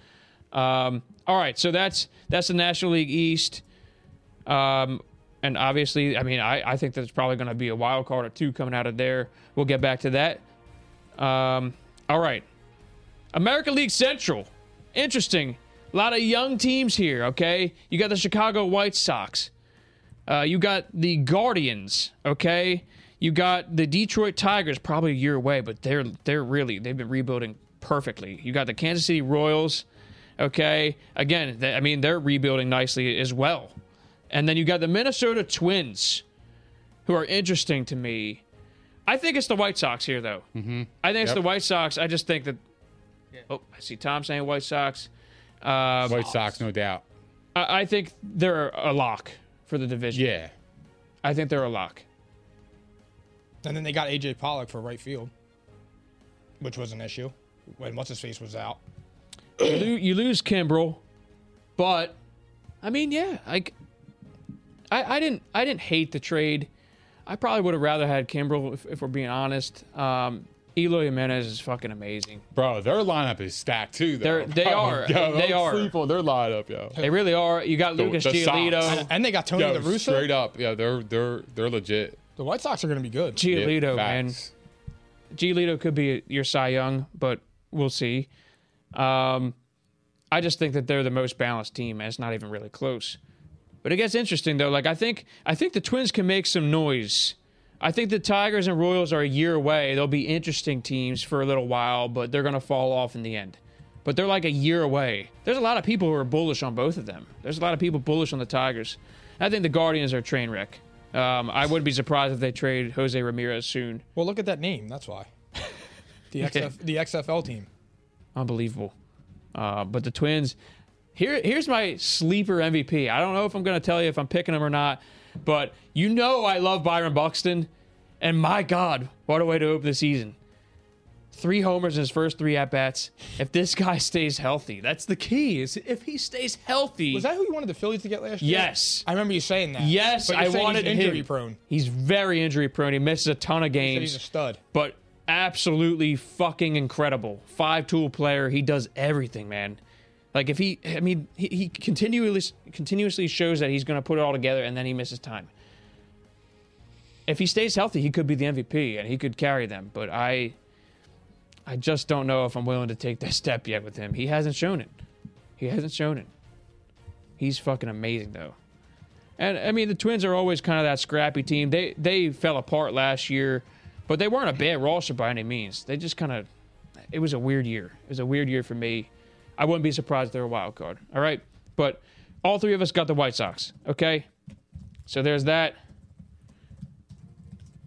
Speaker 3: Um, all right, so that's that's the National League East. Um, and obviously, I mean, I, I think that it's probably going to be a wild card or two coming out of there. We'll get back to that. Um, all right. American League Central. Interesting. A lot of young teams here, okay? You got the Chicago White Sox. Uh, you got the Guardians, okay? You got the Detroit Tigers, probably a year away, but they're they're really they've been rebuilding perfectly. You got the Kansas City Royals, okay? Again, they, I mean they're rebuilding nicely as well. And then you got the Minnesota Twins, who are interesting to me. I think it's the White Sox here, though. Mm-hmm. I think it's
Speaker 1: Yep.
Speaker 3: the White Sox. I just think that. Oh, I see Tom saying White Sox. Um,
Speaker 1: White Sox, no doubt.
Speaker 3: I, I think they're a lock for the division.
Speaker 1: Yeah,
Speaker 3: I think they're a lock.
Speaker 2: And then they got AJ Pollock for right field, which was an issue when what's his face was out.
Speaker 3: you, lo- you lose Kimbrel, but I mean, yeah, like I, I didn't I didn't hate the trade. I probably would have rather had Kimbrel if, if we're being honest. Um, Eloy Jimenez is fucking amazing.
Speaker 1: bro, their lineup is stacked too. Though.
Speaker 3: They're- they
Speaker 1: Bro,
Speaker 3: are.
Speaker 1: Yo,
Speaker 3: They
Speaker 1: don't
Speaker 3: are.
Speaker 1: Sleep on their lineup, yo.
Speaker 3: They really are. You got
Speaker 1: The-
Speaker 3: Lucas
Speaker 1: the
Speaker 3: Giolito.
Speaker 1: Sox.
Speaker 2: And they got Tony La
Speaker 1: Yo,
Speaker 2: Russa.
Speaker 1: straight up, yeah, they're they're they're legit.
Speaker 2: The White Sox are going to be good.
Speaker 1: Yeah,
Speaker 3: Giolito, man.
Speaker 1: facts.
Speaker 3: Giolito could be your Cy Young, but we'll see. Um, I just think that they're the most balanced team, and it's not even really close. But it gets interesting though. Like I think I think the Twins can make some noise. I think the Tigers and Royals are a year away. They'll be interesting teams for a little while, but they're gonna fall off in the end. But they're like a year away. There's a lot of people who are bullish on both of them. There's a lot of people bullish on the Tigers. I think the Guardians are a train wreck. Um, I wouldn't be surprised if they trade Jose Ramirez soon.
Speaker 2: Well, look at that name. That's why. The, XF, the XFL team.
Speaker 3: unbelievable. Uh, but the Twins, here here's my sleeper MVP. I don't know if I'm going to tell you if I'm picking him or not, but you know I love Byron Buxton, and my God, what a way to open the season! Three homers in his first three at bats. If this guy stays healthy, that's the key. Is if he stays healthy,
Speaker 2: Was that who you wanted the Phillies to get last year?
Speaker 3: Yes.
Speaker 2: I remember you saying that.
Speaker 3: yes,
Speaker 2: But you're
Speaker 3: I
Speaker 2: saying
Speaker 3: wanted
Speaker 2: he's injury
Speaker 3: him.
Speaker 2: prone.
Speaker 3: He's very injury prone. He misses a ton of
Speaker 2: So
Speaker 3: games
Speaker 2: he's a stud.
Speaker 3: but absolutely fucking incredible. Five tool player. He does everything, man. Like if he, I mean, he, he continually continuously shows that he's going to put it all together, and then he misses time. If he stays healthy, he could be the MVP and he could carry them. But I, I just don't know if I'm willing to take that step yet with him. He hasn't shown it. He hasn't shown it. He's fucking amazing though. And I mean, the Twins are always kind of that scrappy team. They they fell apart last year, but they weren't a bad roster by any means. They just kind of it was a weird year. It was a weird year for me. I wouldn't be surprised if they're a wild card. All right, but all three of us got the White Sox. Okay, so there's that.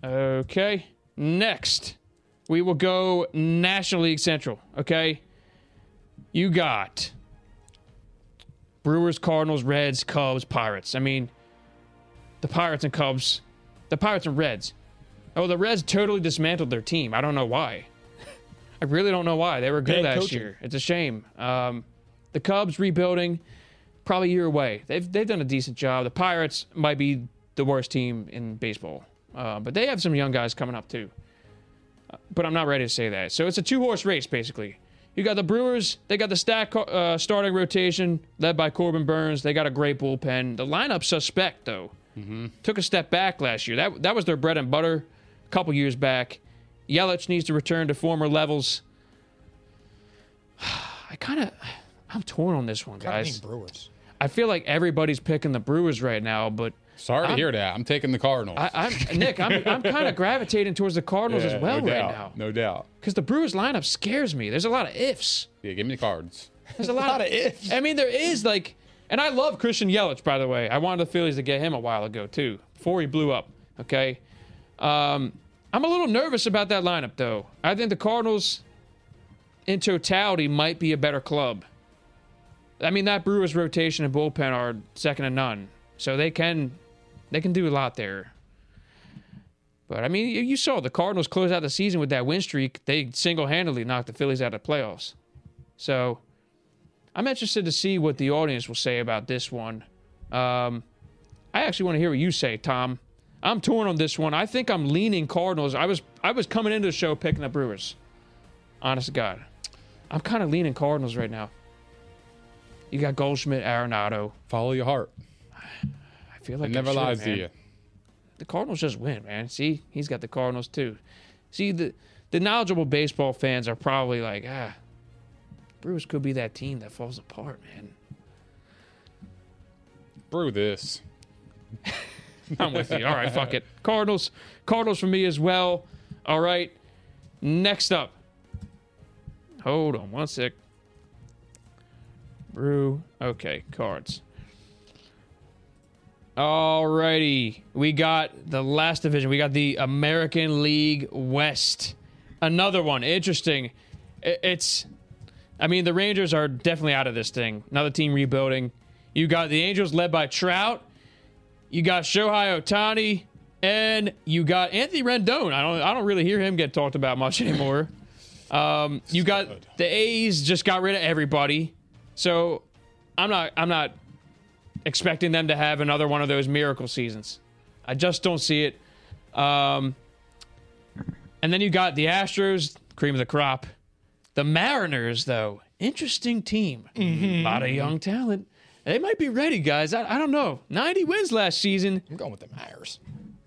Speaker 3: Okay, next we will go National League Central. Okay, you got Brewers, Cardinals, Reds, Cubs, Pirates. I mean, the Pirates and Cubs, the Pirates and Reds. Oh, the Reds totally dismantled their team. I don't know why. I really don't know why. They were
Speaker 2: Bad
Speaker 3: good last
Speaker 2: coaching.
Speaker 3: year. It's a shame. Um, the Cubs rebuilding, probably a year away. They've they've done a decent job. The Pirates might be the worst team in baseball, uh, but they have some young guys coming up too. Uh, But I'm not ready to say that. So it's a two horse race basically. You got the Brewers. They got the stack uh, starting rotation led by Corbin Burns. They got a great bullpen. The lineup suspect though. Took a step back last year. That that was their bread and butter. a couple years back. Yelich needs to return to former levels. I kind of, I'm torn on this one,
Speaker 2: I think
Speaker 3: guys.
Speaker 2: Brewers.
Speaker 3: I feel like everybody's picking the Brewers right now, but
Speaker 1: Sorry to hear that. I'm taking the Cardinals.
Speaker 3: I, I'm Nick. I'm, I'm kind of gravitating towards the Cardinals
Speaker 1: Yeah,
Speaker 3: as well
Speaker 1: no
Speaker 3: right
Speaker 1: doubt.
Speaker 3: now
Speaker 1: No doubt.
Speaker 3: because the Brewers lineup scares me. There's a lot of ifs.
Speaker 1: Yeah, give me the cards.
Speaker 3: There's a lot, of, ifs. I mean, there is like, and I love Christian Yelich, by the way. I wanted the Phillies to get him a while ago too, before he blew up. Okay, um, I'm a little nervous about that lineup though. I think the Cardinals, in totality, might be a better club. I mean, that Brewers rotation and bullpen are second to none, so they can, they can do a lot there. But I mean, you- you saw the Cardinals close out the season with that win streak. They single-handedly knocked the Phillies out of the playoffs. So I'm interested to see what the audience will say about this one. Um, I actually want to hear what you say, Tom. I'm torn on this one. I think I'm leaning Cardinals. I was I was coming into the show picking the Brewers. Honest to God, I'm kind of leaning Cardinals right now. You got Goldschmidt, Arenado.
Speaker 1: Follow your heart.
Speaker 3: I feel
Speaker 1: It
Speaker 3: like I
Speaker 1: never
Speaker 3: should,
Speaker 1: lies to
Speaker 3: man.
Speaker 1: you.
Speaker 3: The Cardinals just win, man. See, he's got the Cardinals too. See, the the knowledgeable baseball fans are probably like, ah, Brewers could be that team that falls apart, man.
Speaker 1: Brew this.
Speaker 3: I'm with you. All right, fuck it. Cardinals. Cardinals for me as well. All right. Next up. Hold on one sec. Brew. Okay, cards. Alrighty. We got the last division. We got the American League West. Another one. Interesting. I- It's I mean, the Rangers are definitely out of this thing. Another team rebuilding. You got the Angels led by Trout. You got Shohei Otani, and you got Anthony Rendon. I don't I don't really hear him get talked about much anymore. Um, you got the A's just got rid of everybody, so I'm not I'm not expecting them to have another one of those miracle seasons. I just don't see it. Um, and then you got the Astros, cream of the crop. The Mariners, though, interesting team. A lot of young talent. They might be ready, guys. I, I don't know. 90 wins last season.
Speaker 2: I'm going with the Myers.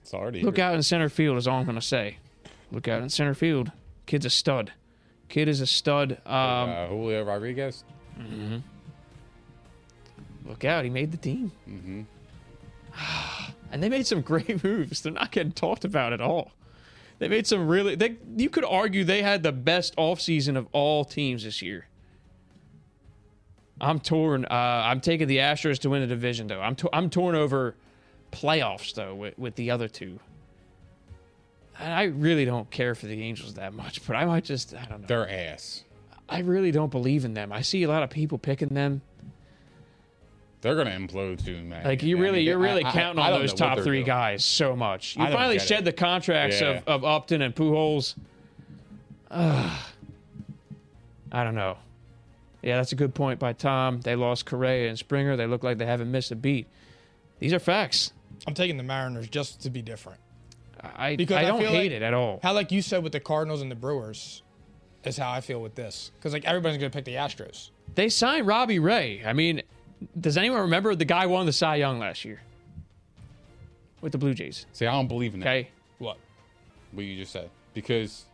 Speaker 1: Sorry to
Speaker 3: Look
Speaker 1: hear.
Speaker 3: out in center field is all I'm going to say. Look out in center field. Kid's a stud. Kid is a stud. Um,
Speaker 1: Uh, Julio Rodriguez.
Speaker 3: Look out, he made the team. and they made some great moves. They're not getting talked about at all. They made some really they you could argue they had the best offseason of all teams this year. I'm torn. Uh, I'm taking the Astros to win the division though. I'm to- I'm torn over playoffs though with, with the other two. And I really don't care for the Angels that much, but I might just I don't know.
Speaker 1: Their ass.
Speaker 3: I really don't believe in them. I see a lot of people picking them.
Speaker 1: They're gonna implode soon, man.
Speaker 3: Like you
Speaker 1: I mean,
Speaker 3: really,
Speaker 1: they-
Speaker 3: you're really
Speaker 1: I- I-
Speaker 3: counting
Speaker 1: I
Speaker 3: on
Speaker 1: don't
Speaker 3: those
Speaker 1: know what
Speaker 3: top
Speaker 1: they're
Speaker 3: three
Speaker 1: doing.
Speaker 3: guys so much. You
Speaker 1: I don't
Speaker 3: finally
Speaker 1: get
Speaker 3: shed
Speaker 1: it.
Speaker 3: the contracts
Speaker 1: Yeah.
Speaker 3: of, of Upton and Pujols. Ugh. I don't know. Yeah, that's a good point by Tom. They lost Correa and Springer. They look like they haven't missed a beat. These are facts.
Speaker 2: I'm taking the Mariners just to be different.
Speaker 3: I
Speaker 2: Because
Speaker 3: I
Speaker 2: I
Speaker 3: don't
Speaker 2: feel
Speaker 3: hate
Speaker 2: like-
Speaker 3: it at all.
Speaker 2: How like you said with the Cardinals and the Brewers is how I feel with this because like everybody's gonna pick the Astros.
Speaker 3: They signed Robbie Ray. I mean, does anyone remember the guy won the Cy Young last year with the Blue Jays?
Speaker 1: See, I don't believe in that.
Speaker 3: Okay.
Speaker 2: What?
Speaker 1: What you just said, because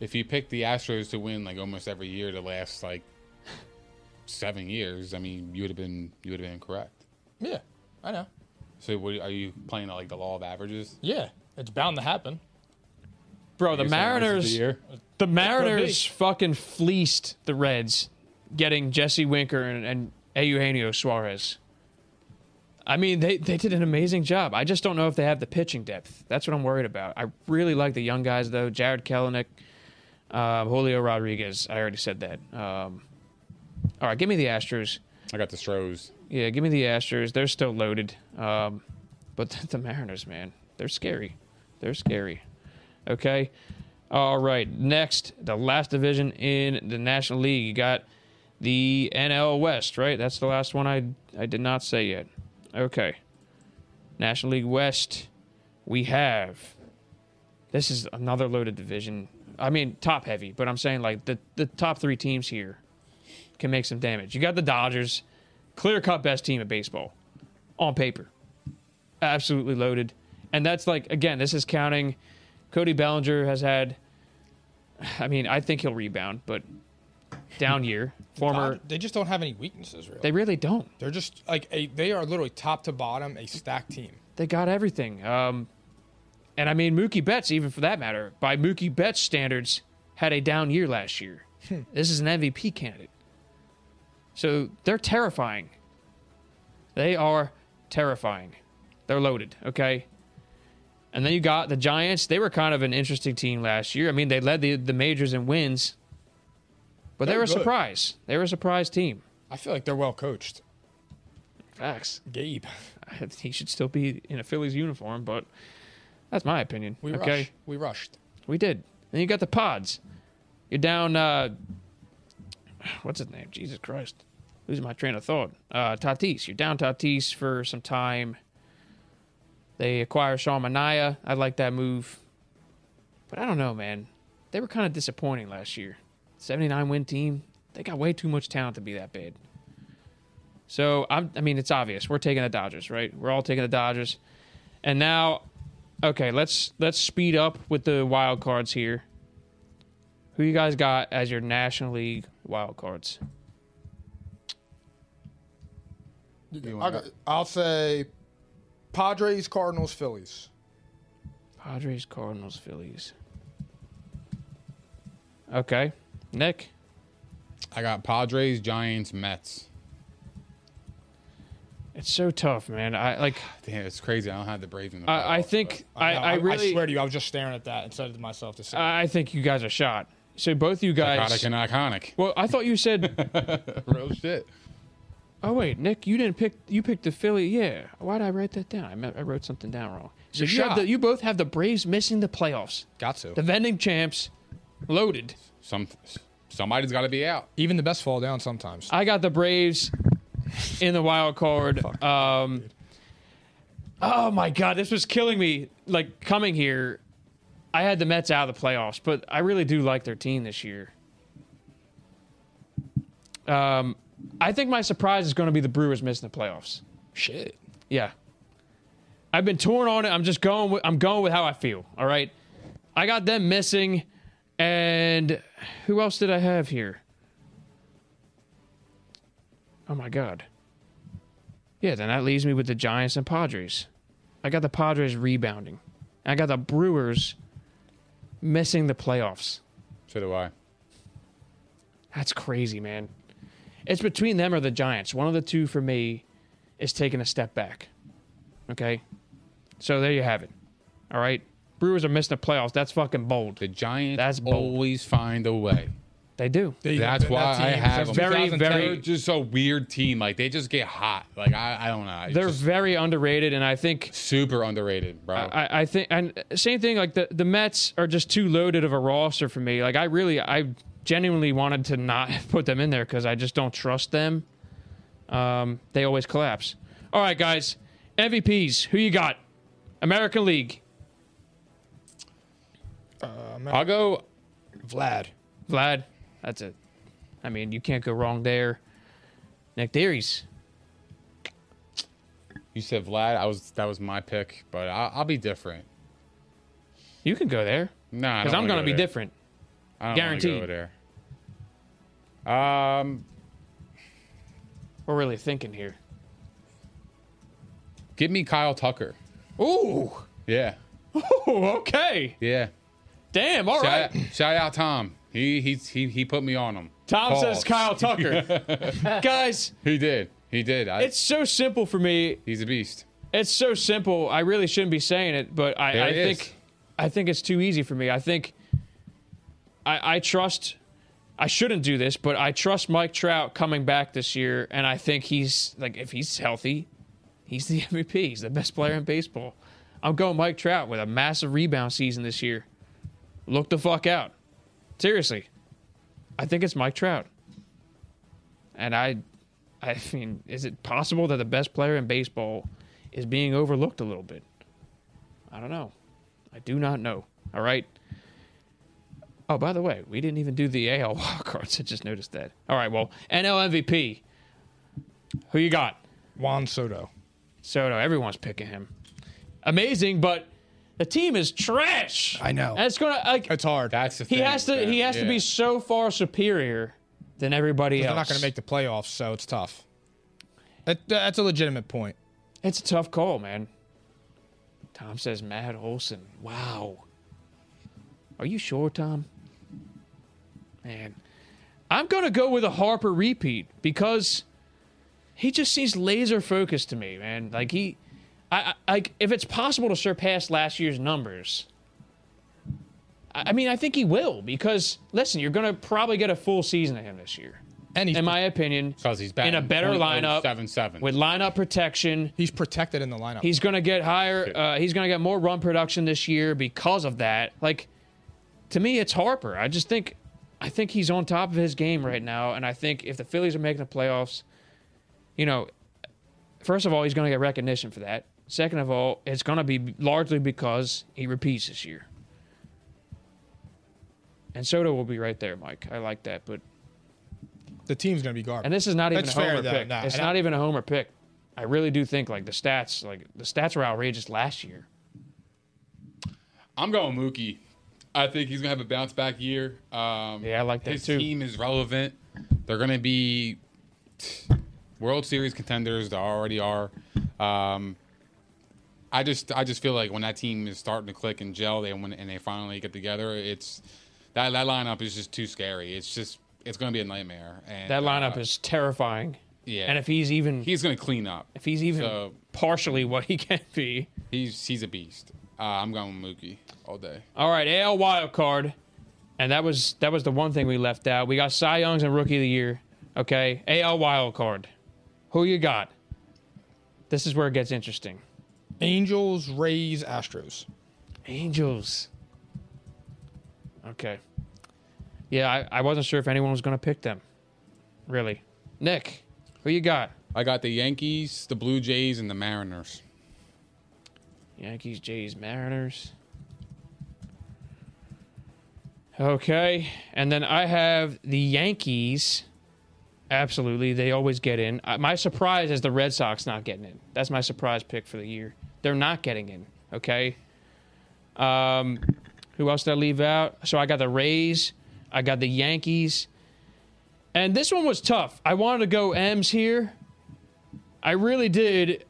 Speaker 1: if you pick the Astros to win like almost every year the last like seven years, I mean, you would have been you would have been correct.
Speaker 2: Yeah, I know.
Speaker 1: So, what, are you playing like the law of averages?
Speaker 2: Yeah, it's bound to happen.
Speaker 3: Bro, the
Speaker 1: You're saying this
Speaker 3: Mariners.
Speaker 1: is the year?
Speaker 3: The Mariners fucking fleeced the Reds, getting Jesse Winker and, and Eugenio Suarez. I mean, they, they did an amazing job. I just don't know if they have the pitching depth. That's what I'm worried about. I really like the young guys, though. Jared Kelenic, uh, Julio Rodriguez. I already said that. Um, all right, give me the Astros.
Speaker 1: I got the Stros.
Speaker 3: Yeah, give me the Astros. They're still loaded. Um, but the Mariners, man, they're scary. They're scary. Okay. All right. Next, the last division in the National League. You got the NL West, right? That's the last one I I did not say yet. Okay. National League West. We have. This is another loaded division. I mean, top heavy, but I'm saying like the the top three teams here can make some damage. You got the Dodgers clear cut best team in baseball on paper. Absolutely loaded. And that's like, again, this is counting Cody Bellinger has had. I mean, I think he'll rebound, but down year. Former,
Speaker 2: They just don't have any weaknesses, really.
Speaker 3: they really don't.
Speaker 2: They're just like a, they are literally top to bottom a stacked team.
Speaker 3: They got everything. Um, and I mean, Mookie Betts, even for that matter, by Mookie Betts standards, had a down year last year.
Speaker 2: Hmm.
Speaker 3: this is an MVP candidate. So they're terrifying. They are terrifying. They're loaded, okay? And then you got the Giants. They were kind of an interesting team last year. I mean, they led the, the majors in wins, but they
Speaker 2: They're
Speaker 3: were a
Speaker 2: good.
Speaker 3: surprise. They were a surprise team.
Speaker 2: I feel like they're well coached.
Speaker 3: Facts.
Speaker 2: Gabe,
Speaker 3: He should still be in a Phillies uniform, but that's my opinion.
Speaker 2: we
Speaker 3: okay.
Speaker 2: rushed. We rushed.
Speaker 3: We did. And you got the pods. You're down. Uh, what's his name? Jesus Christ. Losing my train of thought. Uh, Tatis. You're down Tatis for some time. They acquire Shawn Mania. I like that move. But I don't know, man. They were kind of disappointing last year. 79 win team. They got way too much talent to be that bad. So I'm, I mean, it's obvious. We're taking the Dodgers, right? We're all taking the Dodgers. And now okay let's let's speed up with the wild cards here who you guys got as your national league wild cards
Speaker 2: I got, I'll say Padres, Cardinals, Phillies.
Speaker 3: padres cardinals phillies okay nick
Speaker 1: I got Padres, Giants, Mets.
Speaker 3: it's so tough man i like
Speaker 1: Damn, it's crazy. I don't have the Braves in the.
Speaker 3: i, I
Speaker 1: playoffs,
Speaker 3: think
Speaker 1: but-
Speaker 3: i,
Speaker 2: No,
Speaker 3: I really Uh, I,
Speaker 2: I swear to you, I was just staring at that and said to myself to say,
Speaker 3: think you guys are shot so both you guys
Speaker 1: Psychotic and iconic.
Speaker 3: well i thought you said
Speaker 1: Real shit.
Speaker 3: oh wait nick you didn't pick you picked the philly yeah why did i write that down i, meant, I wrote something down wrong so
Speaker 1: You're
Speaker 3: you, have
Speaker 1: shot.
Speaker 3: the, you both have the braves missing the playoffs
Speaker 2: got to.
Speaker 3: the vending champs loaded
Speaker 1: Some somebody's got to be out.
Speaker 2: Even the best fall down sometimes.
Speaker 3: I got the Braves in the wild card. Um, oh my god, this was killing me. Like coming here, I had the Mets out of the playoffs, but I really do like their team this year. Um, I think my surprise is going to be the Brewers missing the playoffs.
Speaker 2: Shit.
Speaker 3: Yeah. I've been torn on it. I'm just going with I'm going with how I feel. All right. I got them missing and who else did I have here? Oh my god. Yeah, then that leaves me with the Giants and Padres. I got the Padres rebounding. I got the Brewers missing the playoffs.
Speaker 1: So do I.
Speaker 3: That's crazy, man. It's between them or the Giants. One of the two for me is taking a step back. Okay? So there you have it. All right? Brewers are missing the playoffs. That's fucking bold.
Speaker 1: The Giants
Speaker 3: That's bold.
Speaker 1: always find a way.
Speaker 3: They do.
Speaker 1: That's why I have them.
Speaker 3: Very, very-
Speaker 1: They're just a weird team. Like they just get hot. Like I, I don't know. It's
Speaker 3: They're
Speaker 1: just
Speaker 3: very underrated, and I think
Speaker 1: super underrated, bro.
Speaker 3: I, I think and same thing like the the Mets are just too loaded of a roster for me. Like I really I genuinely wanted to not put them in there because I just don't trust them. Um, they always collapse. All right, guys, MVPs. Who you got? American League.
Speaker 1: I'll go.
Speaker 2: Vlad.
Speaker 3: Vlad. That's it. I mean, you can't go wrong there. Nick Dearies.
Speaker 1: You said Vlad. I was that was my pick, but I, I'll be different.
Speaker 3: You can go there
Speaker 1: Nah,
Speaker 3: because I'm
Speaker 1: going
Speaker 3: gonna be
Speaker 1: to
Speaker 3: different.
Speaker 1: I don't wanna
Speaker 3: Guaranteed.
Speaker 1: Go there. Um,
Speaker 3: We're really thinking here.
Speaker 1: give me Kyle Tucker.
Speaker 3: Ooh.
Speaker 1: Yeah,
Speaker 3: Ooh. Okay.
Speaker 1: yeah.
Speaker 3: Damn. All right.
Speaker 1: Shout, shout out Tom. He he he he put me on him.
Speaker 3: Tom says
Speaker 1: Pause.
Speaker 3: Kyle Tucker. guys.
Speaker 1: He did. He did. I,
Speaker 3: It's so simple for me.
Speaker 1: he's a beast.
Speaker 3: It's so simple. I really shouldn't be saying it, but I,
Speaker 1: There
Speaker 3: I
Speaker 1: it is.
Speaker 3: think I think it's too easy for me. I think I, I trust I shouldn't do this, but I trust Mike Trout coming back this year, and I think he's like if he's healthy, he's the MVP. He's the best player in baseball. I'm going Mike Trout with a massive rebound season this year. Look the fuck out. Seriously. I think it's Mike Trout. And I I mean, is it possible that the best player in baseball is being overlooked a little bit? I don't know. I do not know. All right. Oh, by the way, we didn't even do the AL wild cards. I just noticed that. All right. Well, NL MVP. Who you got?
Speaker 2: Juan Soto.
Speaker 3: Soto. Everyone's picking him. Amazing, but The team is trash.
Speaker 2: I know.
Speaker 3: And it's gonna like
Speaker 2: It's hard.
Speaker 1: That's the
Speaker 3: he
Speaker 1: thing,
Speaker 3: has to
Speaker 1: man.
Speaker 3: he has to
Speaker 1: Yeah.
Speaker 3: be so far superior than everybody else.
Speaker 2: They're not going to make the playoffs, so it's tough. That, that's a legitimate point.
Speaker 3: It's a tough call, man. Tom says Matt Olson. Wow. Are you sure, Tom? Man. I'm going to go with a Harper repeat because he just seems laser focused to me, man. Like he I, I like if it's possible to surpass last year's numbers. I I mean, I think he will because listen, you're going to probably get a full season of him this year.
Speaker 2: And he's,
Speaker 3: In my opinion,
Speaker 1: Because he's back
Speaker 3: in a better lineup
Speaker 1: Seven seven.
Speaker 3: with lineup protection,
Speaker 2: he's protected in the lineup.
Speaker 3: He's going to get higher. Uh, he's going to get more run production this year because of that. Like, to me, it's Harper. I just think, I think he's on top of his game right now, and I think if the Phillies are making the playoffs, you know, first of all, he's going to get recognition for that. Second of all, it's going to be largely because he repeats this year. And Soto will be right there, Mike. I like that, but
Speaker 2: the team's going to be garbage.
Speaker 3: and this is not even
Speaker 2: That's
Speaker 3: a
Speaker 2: fair,
Speaker 3: homer
Speaker 2: though.
Speaker 3: pick.
Speaker 2: No,
Speaker 3: it's
Speaker 2: and I-
Speaker 3: not even a homer pick. I really do think like the stats, like the stats were outrageous last year.
Speaker 1: I'm going Mookie. I think he's gonna have a bounce back year. Um,
Speaker 3: Yeah, I like that
Speaker 1: his
Speaker 3: too.
Speaker 1: team is relevant. They're gonna be World Series contenders. They already are. Um, I just, I just feel like when that team is starting to click and gel, they when and they finally get together, it's that that lineup is just too scary. It's just, it's gonna be a nightmare. And
Speaker 3: That lineup
Speaker 1: uh,
Speaker 3: is terrifying.
Speaker 1: yeah.
Speaker 3: And if he's even
Speaker 1: he's gonna clean up.
Speaker 3: if he's even
Speaker 1: so-
Speaker 3: partially what he can be.
Speaker 1: He's he's a beast. Uh, I'm going with Mookie all day.
Speaker 3: All right, AL wild card. And that was that was the one thing we left out. We got Cy Young's and Rookie of the Year. Okay. AL wild card. Who you got? This is where it gets interesting.
Speaker 2: Angels, Rays, Astros.
Speaker 3: Angels. Okay. Yeah, I, I wasn't sure if anyone was gonna pick them. Really. Nick, who you got?
Speaker 1: I got the Yankees, the Blue Jays, and the Mariners.
Speaker 3: Yankees, Jays, Mariners. Okay, and then I have the Yankees. Absolutely, they always get in. Uh, my surprise is the Red Sox not getting in. That's my surprise pick for the year. They're not getting in. Okay. Um, who else did I leave out? So I got the Rays. I got the Yankees. And this one was tough. I wanted to go M's here. I really did.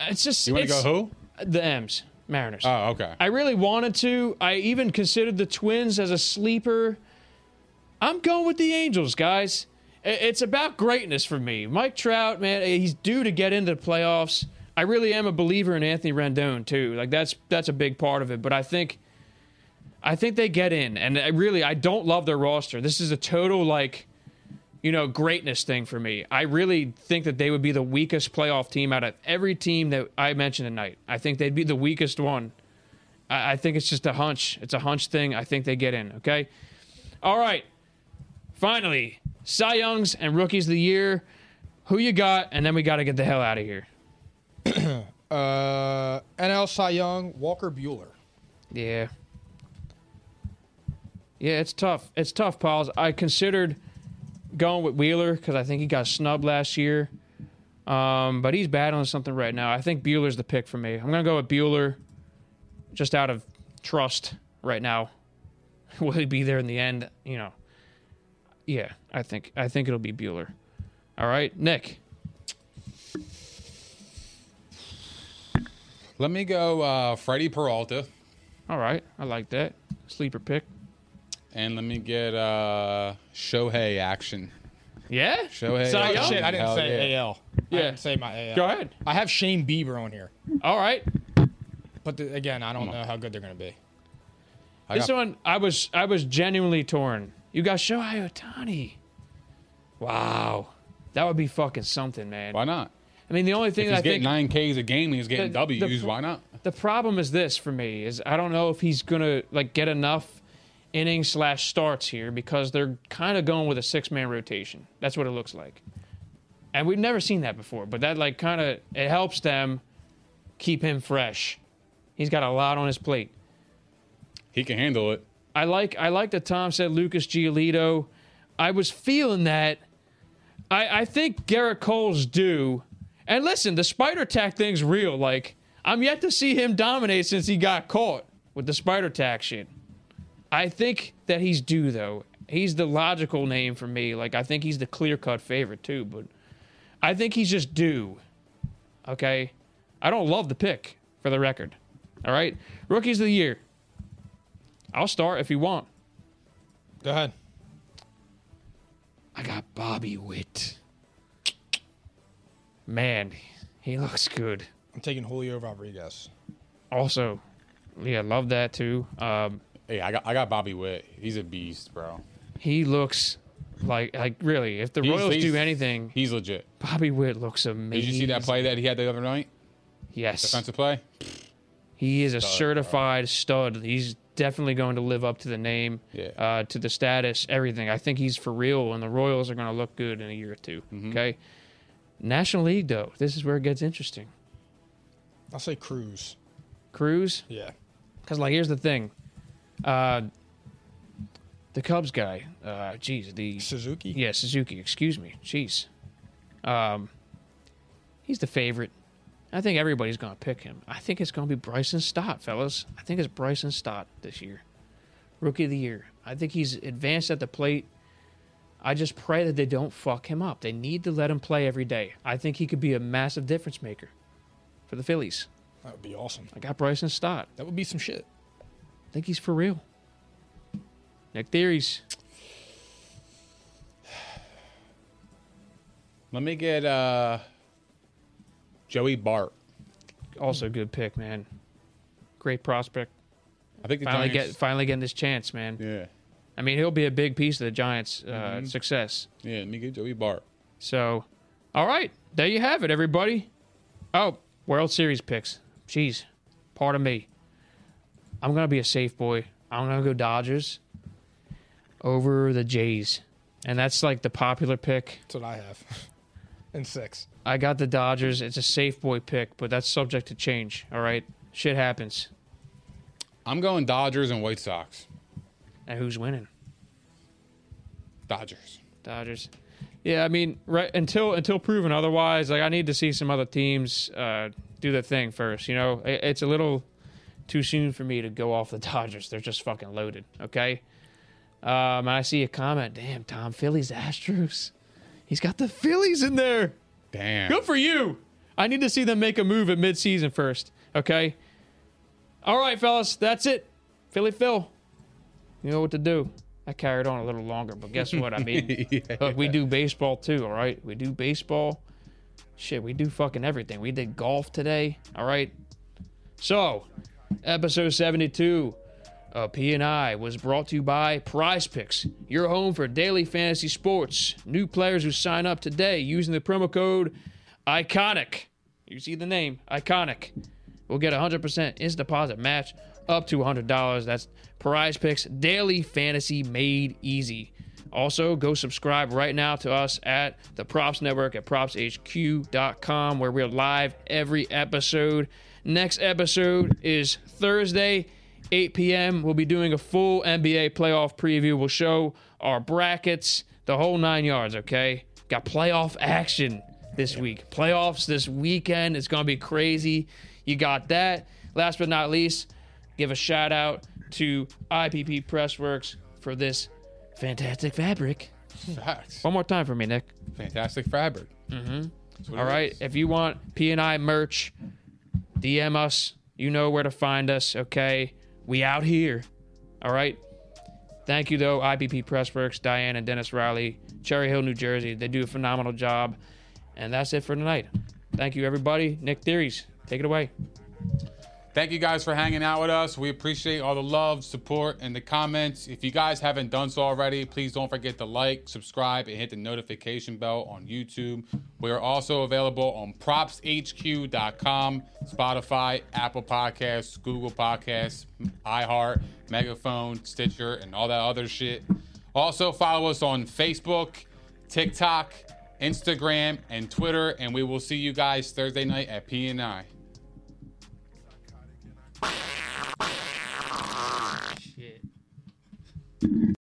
Speaker 3: It's just
Speaker 1: You want to
Speaker 3: it's-
Speaker 1: go who?
Speaker 3: the M's, Mariners.
Speaker 1: Oh, okay.
Speaker 3: I really wanted to. I even considered the Twins as a sleeper. I'm going with the Angels, guys. I- It's about greatness for me. Mike Trout, man, he's due to get into the playoffs. I really am a believer in Anthony Rendon too. Like that's that's a big part of it. But I think, I think they get in. And I really, I don't love their roster. This is a total like, you know, greatness thing for me. I really think that they would be the weakest playoff team out of every team that I mentioned tonight. I think they'd be the weakest one. I, I think it's just a hunch. It's a hunch thing. I think they get in. Okay. All right. Finally, Cy Youngs and rookies of the year. Who you got? And then we got to get the hell out of here.
Speaker 2: Uh, NL Cy Young, Walker Bueller.
Speaker 3: Yeah. Yeah, it's tough. It's tough, Pauls. I considered going with Wheeler because I think he got snubbed last year. Um, but he's battling something right now. I think Bueller's the pick for me. I'm going to go with Bueller just out of trust right now. Will he be there in the end? You know. Yeah, I think I think it'll be Bueller. All right, Nick.
Speaker 1: Let me go uh, Freddie Peralta,
Speaker 3: All right, I like that sleeper pick.
Speaker 1: and let me get uh, Shohei action.
Speaker 3: Yeah.
Speaker 1: Shohei.
Speaker 3: Cy
Speaker 1: Action.
Speaker 3: Young?
Speaker 2: Shit, I didn't
Speaker 1: Hell
Speaker 2: say
Speaker 3: uh,
Speaker 1: yeah.
Speaker 2: AL.
Speaker 3: Yeah.
Speaker 2: I didn't say my AL.
Speaker 3: Go ahead.
Speaker 2: I have Shane Bieber on here,
Speaker 3: All right.
Speaker 2: but the, again, I don't know how good they're going to be.
Speaker 1: I
Speaker 3: This
Speaker 1: got-
Speaker 3: one, I was I was genuinely torn. You got Shohei Otani. Wow, that would be fucking something, man.
Speaker 1: Why not?
Speaker 3: I mean, the only thing
Speaker 1: If
Speaker 3: that I think
Speaker 1: he's getting nine Ks a game and he's getting
Speaker 3: The- the
Speaker 1: Ws.
Speaker 3: pr-
Speaker 1: why not?
Speaker 3: the problem is this for me is I don't know if he's gonna like get enough innings slash starts here because they're kind of going with a six man rotation. That's what it looks like, and we've never seen that before. But that like kind of it helps them keep him fresh. He's got a lot on his plate.
Speaker 1: He can handle it.
Speaker 3: I like I like that Tom said Lucas Giolito. I was feeling that. I, I think Garrett Cole's due. And listen, the spider tack thing's real. Like I'm yet to see him dominate since he got caught with the spider tack shit. I think that he's due though. He's the logical name for me. Like I think he's the clear cut favorite too, but I think he's just due. Okay. I don't love the pick for the record. All right. Rookies of the year. I'll start if you want.
Speaker 2: Go ahead.
Speaker 3: I got Bobby Witt. Man, he looks good.
Speaker 2: I'm taking Julio Rodriguez.
Speaker 3: Also, yeah, love that too. Um,
Speaker 1: Hey, I got I got Bobby Witt. He's a beast, bro.
Speaker 3: he looks like like really. If the
Speaker 1: He's-
Speaker 3: Royals
Speaker 1: he's-
Speaker 3: do anything,
Speaker 1: He's legit.
Speaker 3: Bobby Witt looks
Speaker 1: Did
Speaker 3: amazing.
Speaker 1: you see that play that he had the other night?
Speaker 3: Yes,
Speaker 1: Defensive play.
Speaker 3: he is a certified stud. He's definitely going to live up to the name,
Speaker 1: Yeah.
Speaker 3: uh, to the status, everything. I think he's for real, and the Royals are going to look good in a year or 2
Speaker 1: Mm-hmm.
Speaker 3: Okay, National League though, this is where it gets interesting.
Speaker 2: I'll say Cruz.
Speaker 3: Cruz,
Speaker 2: Yeah.
Speaker 3: Because like, here's the thing, uh, the Cubs guy, uh, jeez, the
Speaker 2: Suzuki.
Speaker 3: yeah Suzuki, excuse me, jeez, um, he's the favorite. I think everybody's gonna pick him. I think it's gonna be Bryson Stott, fellas. I think it's Bryson Stott this year, rookie of the year. I think he's advanced at the plate. I just pray that they don't fuck him up. They need to let him play every day. I think he could be a massive difference maker for the Phillies.
Speaker 2: That would be awesome.
Speaker 3: I got Bryson Stott.
Speaker 2: That would be some shit.
Speaker 3: I think he's for real. Nick Theories.
Speaker 1: Let me get uh Joey Bart.
Speaker 3: Also a good pick, man. Great prospect.
Speaker 1: I think the
Speaker 3: Finally get
Speaker 1: Giants-
Speaker 3: finally getting this chance, man.
Speaker 1: Yeah, Mm-hmm.
Speaker 3: I mean, he'll be a big piece of the Giants' uh, success.
Speaker 1: yeah. Let me get Joey Bart.
Speaker 3: So, all right, there you have it, everybody. Oh, World Series picks. Jeez, pardon me. I'm gonna be a safe boy. I'm gonna go Dodgers over the Jays, and that's like the popular pick.
Speaker 2: That's what I have. and six.
Speaker 3: I got the Dodgers. It's a safe boy pick, but that's subject to change. All right, shit happens.
Speaker 1: I'm going Dodgers and White Sox.
Speaker 3: And who's winning?
Speaker 1: Dodgers.
Speaker 3: Dodgers. Yeah, I mean, right until until proven otherwise, like I need to see some other teams uh, do their thing first. You know, it, it's a little too soon for me to go off the Dodgers. They're just fucking loaded. Okay. Um, I see a comment. Damn, Tom, Phillies, Astros. He's got the Phillies in there.
Speaker 1: Damn.
Speaker 3: Good for you. I need to see them make a move at midseason first. Okay. All right, fellas, that's it. Philly Phil. You know what to do. I carried on a little longer, but guess what? I mean, look, we do baseball too, all right? We do baseball. Shit, we do fucking everything. We did golf today, all right? So, episode 72 of P&I was brought to you by Prize Picks, your home for daily fantasy sports. New players who sign up today using the promo code ICONIC. You see the name, ICONIC. We'll get a 100% instant deposit match up to $100. That's Prize Picks Daily Fantasy Made Easy. Also, go subscribe right now to us at the Props Network at propshq.com, where we're live every episode. Next episode is Thursday, 8 p.m. We'll be doing a full NBA playoff preview. We'll show our brackets, the whole nine yards, okay? Got playoff action this week. Playoffs this weekend. It's going to be crazy. You got that. Last but not least, give a shout out to IPP Pressworks for this fantastic fabric.
Speaker 1: Facts.
Speaker 3: One more time for me, Nick.
Speaker 1: Fantastic fabric. Mm-hmm.
Speaker 3: All right. If you want P and I merch, DM us. You know where to find us. Okay. We out here. All right. Thank you though, IPP Pressworks, Diane and Dennis Riley, Cherry Hill, New Jersey. They do a phenomenal job. And that's it for tonight. Thank you, everybody. Nick Theories, take it away.
Speaker 1: Thank you guys for hanging out with us. We appreciate all the love, support, and the comments. If you guys haven't done so already, please don't forget to like, subscribe, and hit the notification bell on YouTube. We are also available on propshq.com, Spotify, Apple Podcasts, Google Podcasts, iHeart, Megaphone, Stitcher, and all that other shit. Also, follow us on Facebook, TikTok, Instagram, and Twitter, and we will see you guys Thursday night at P and I.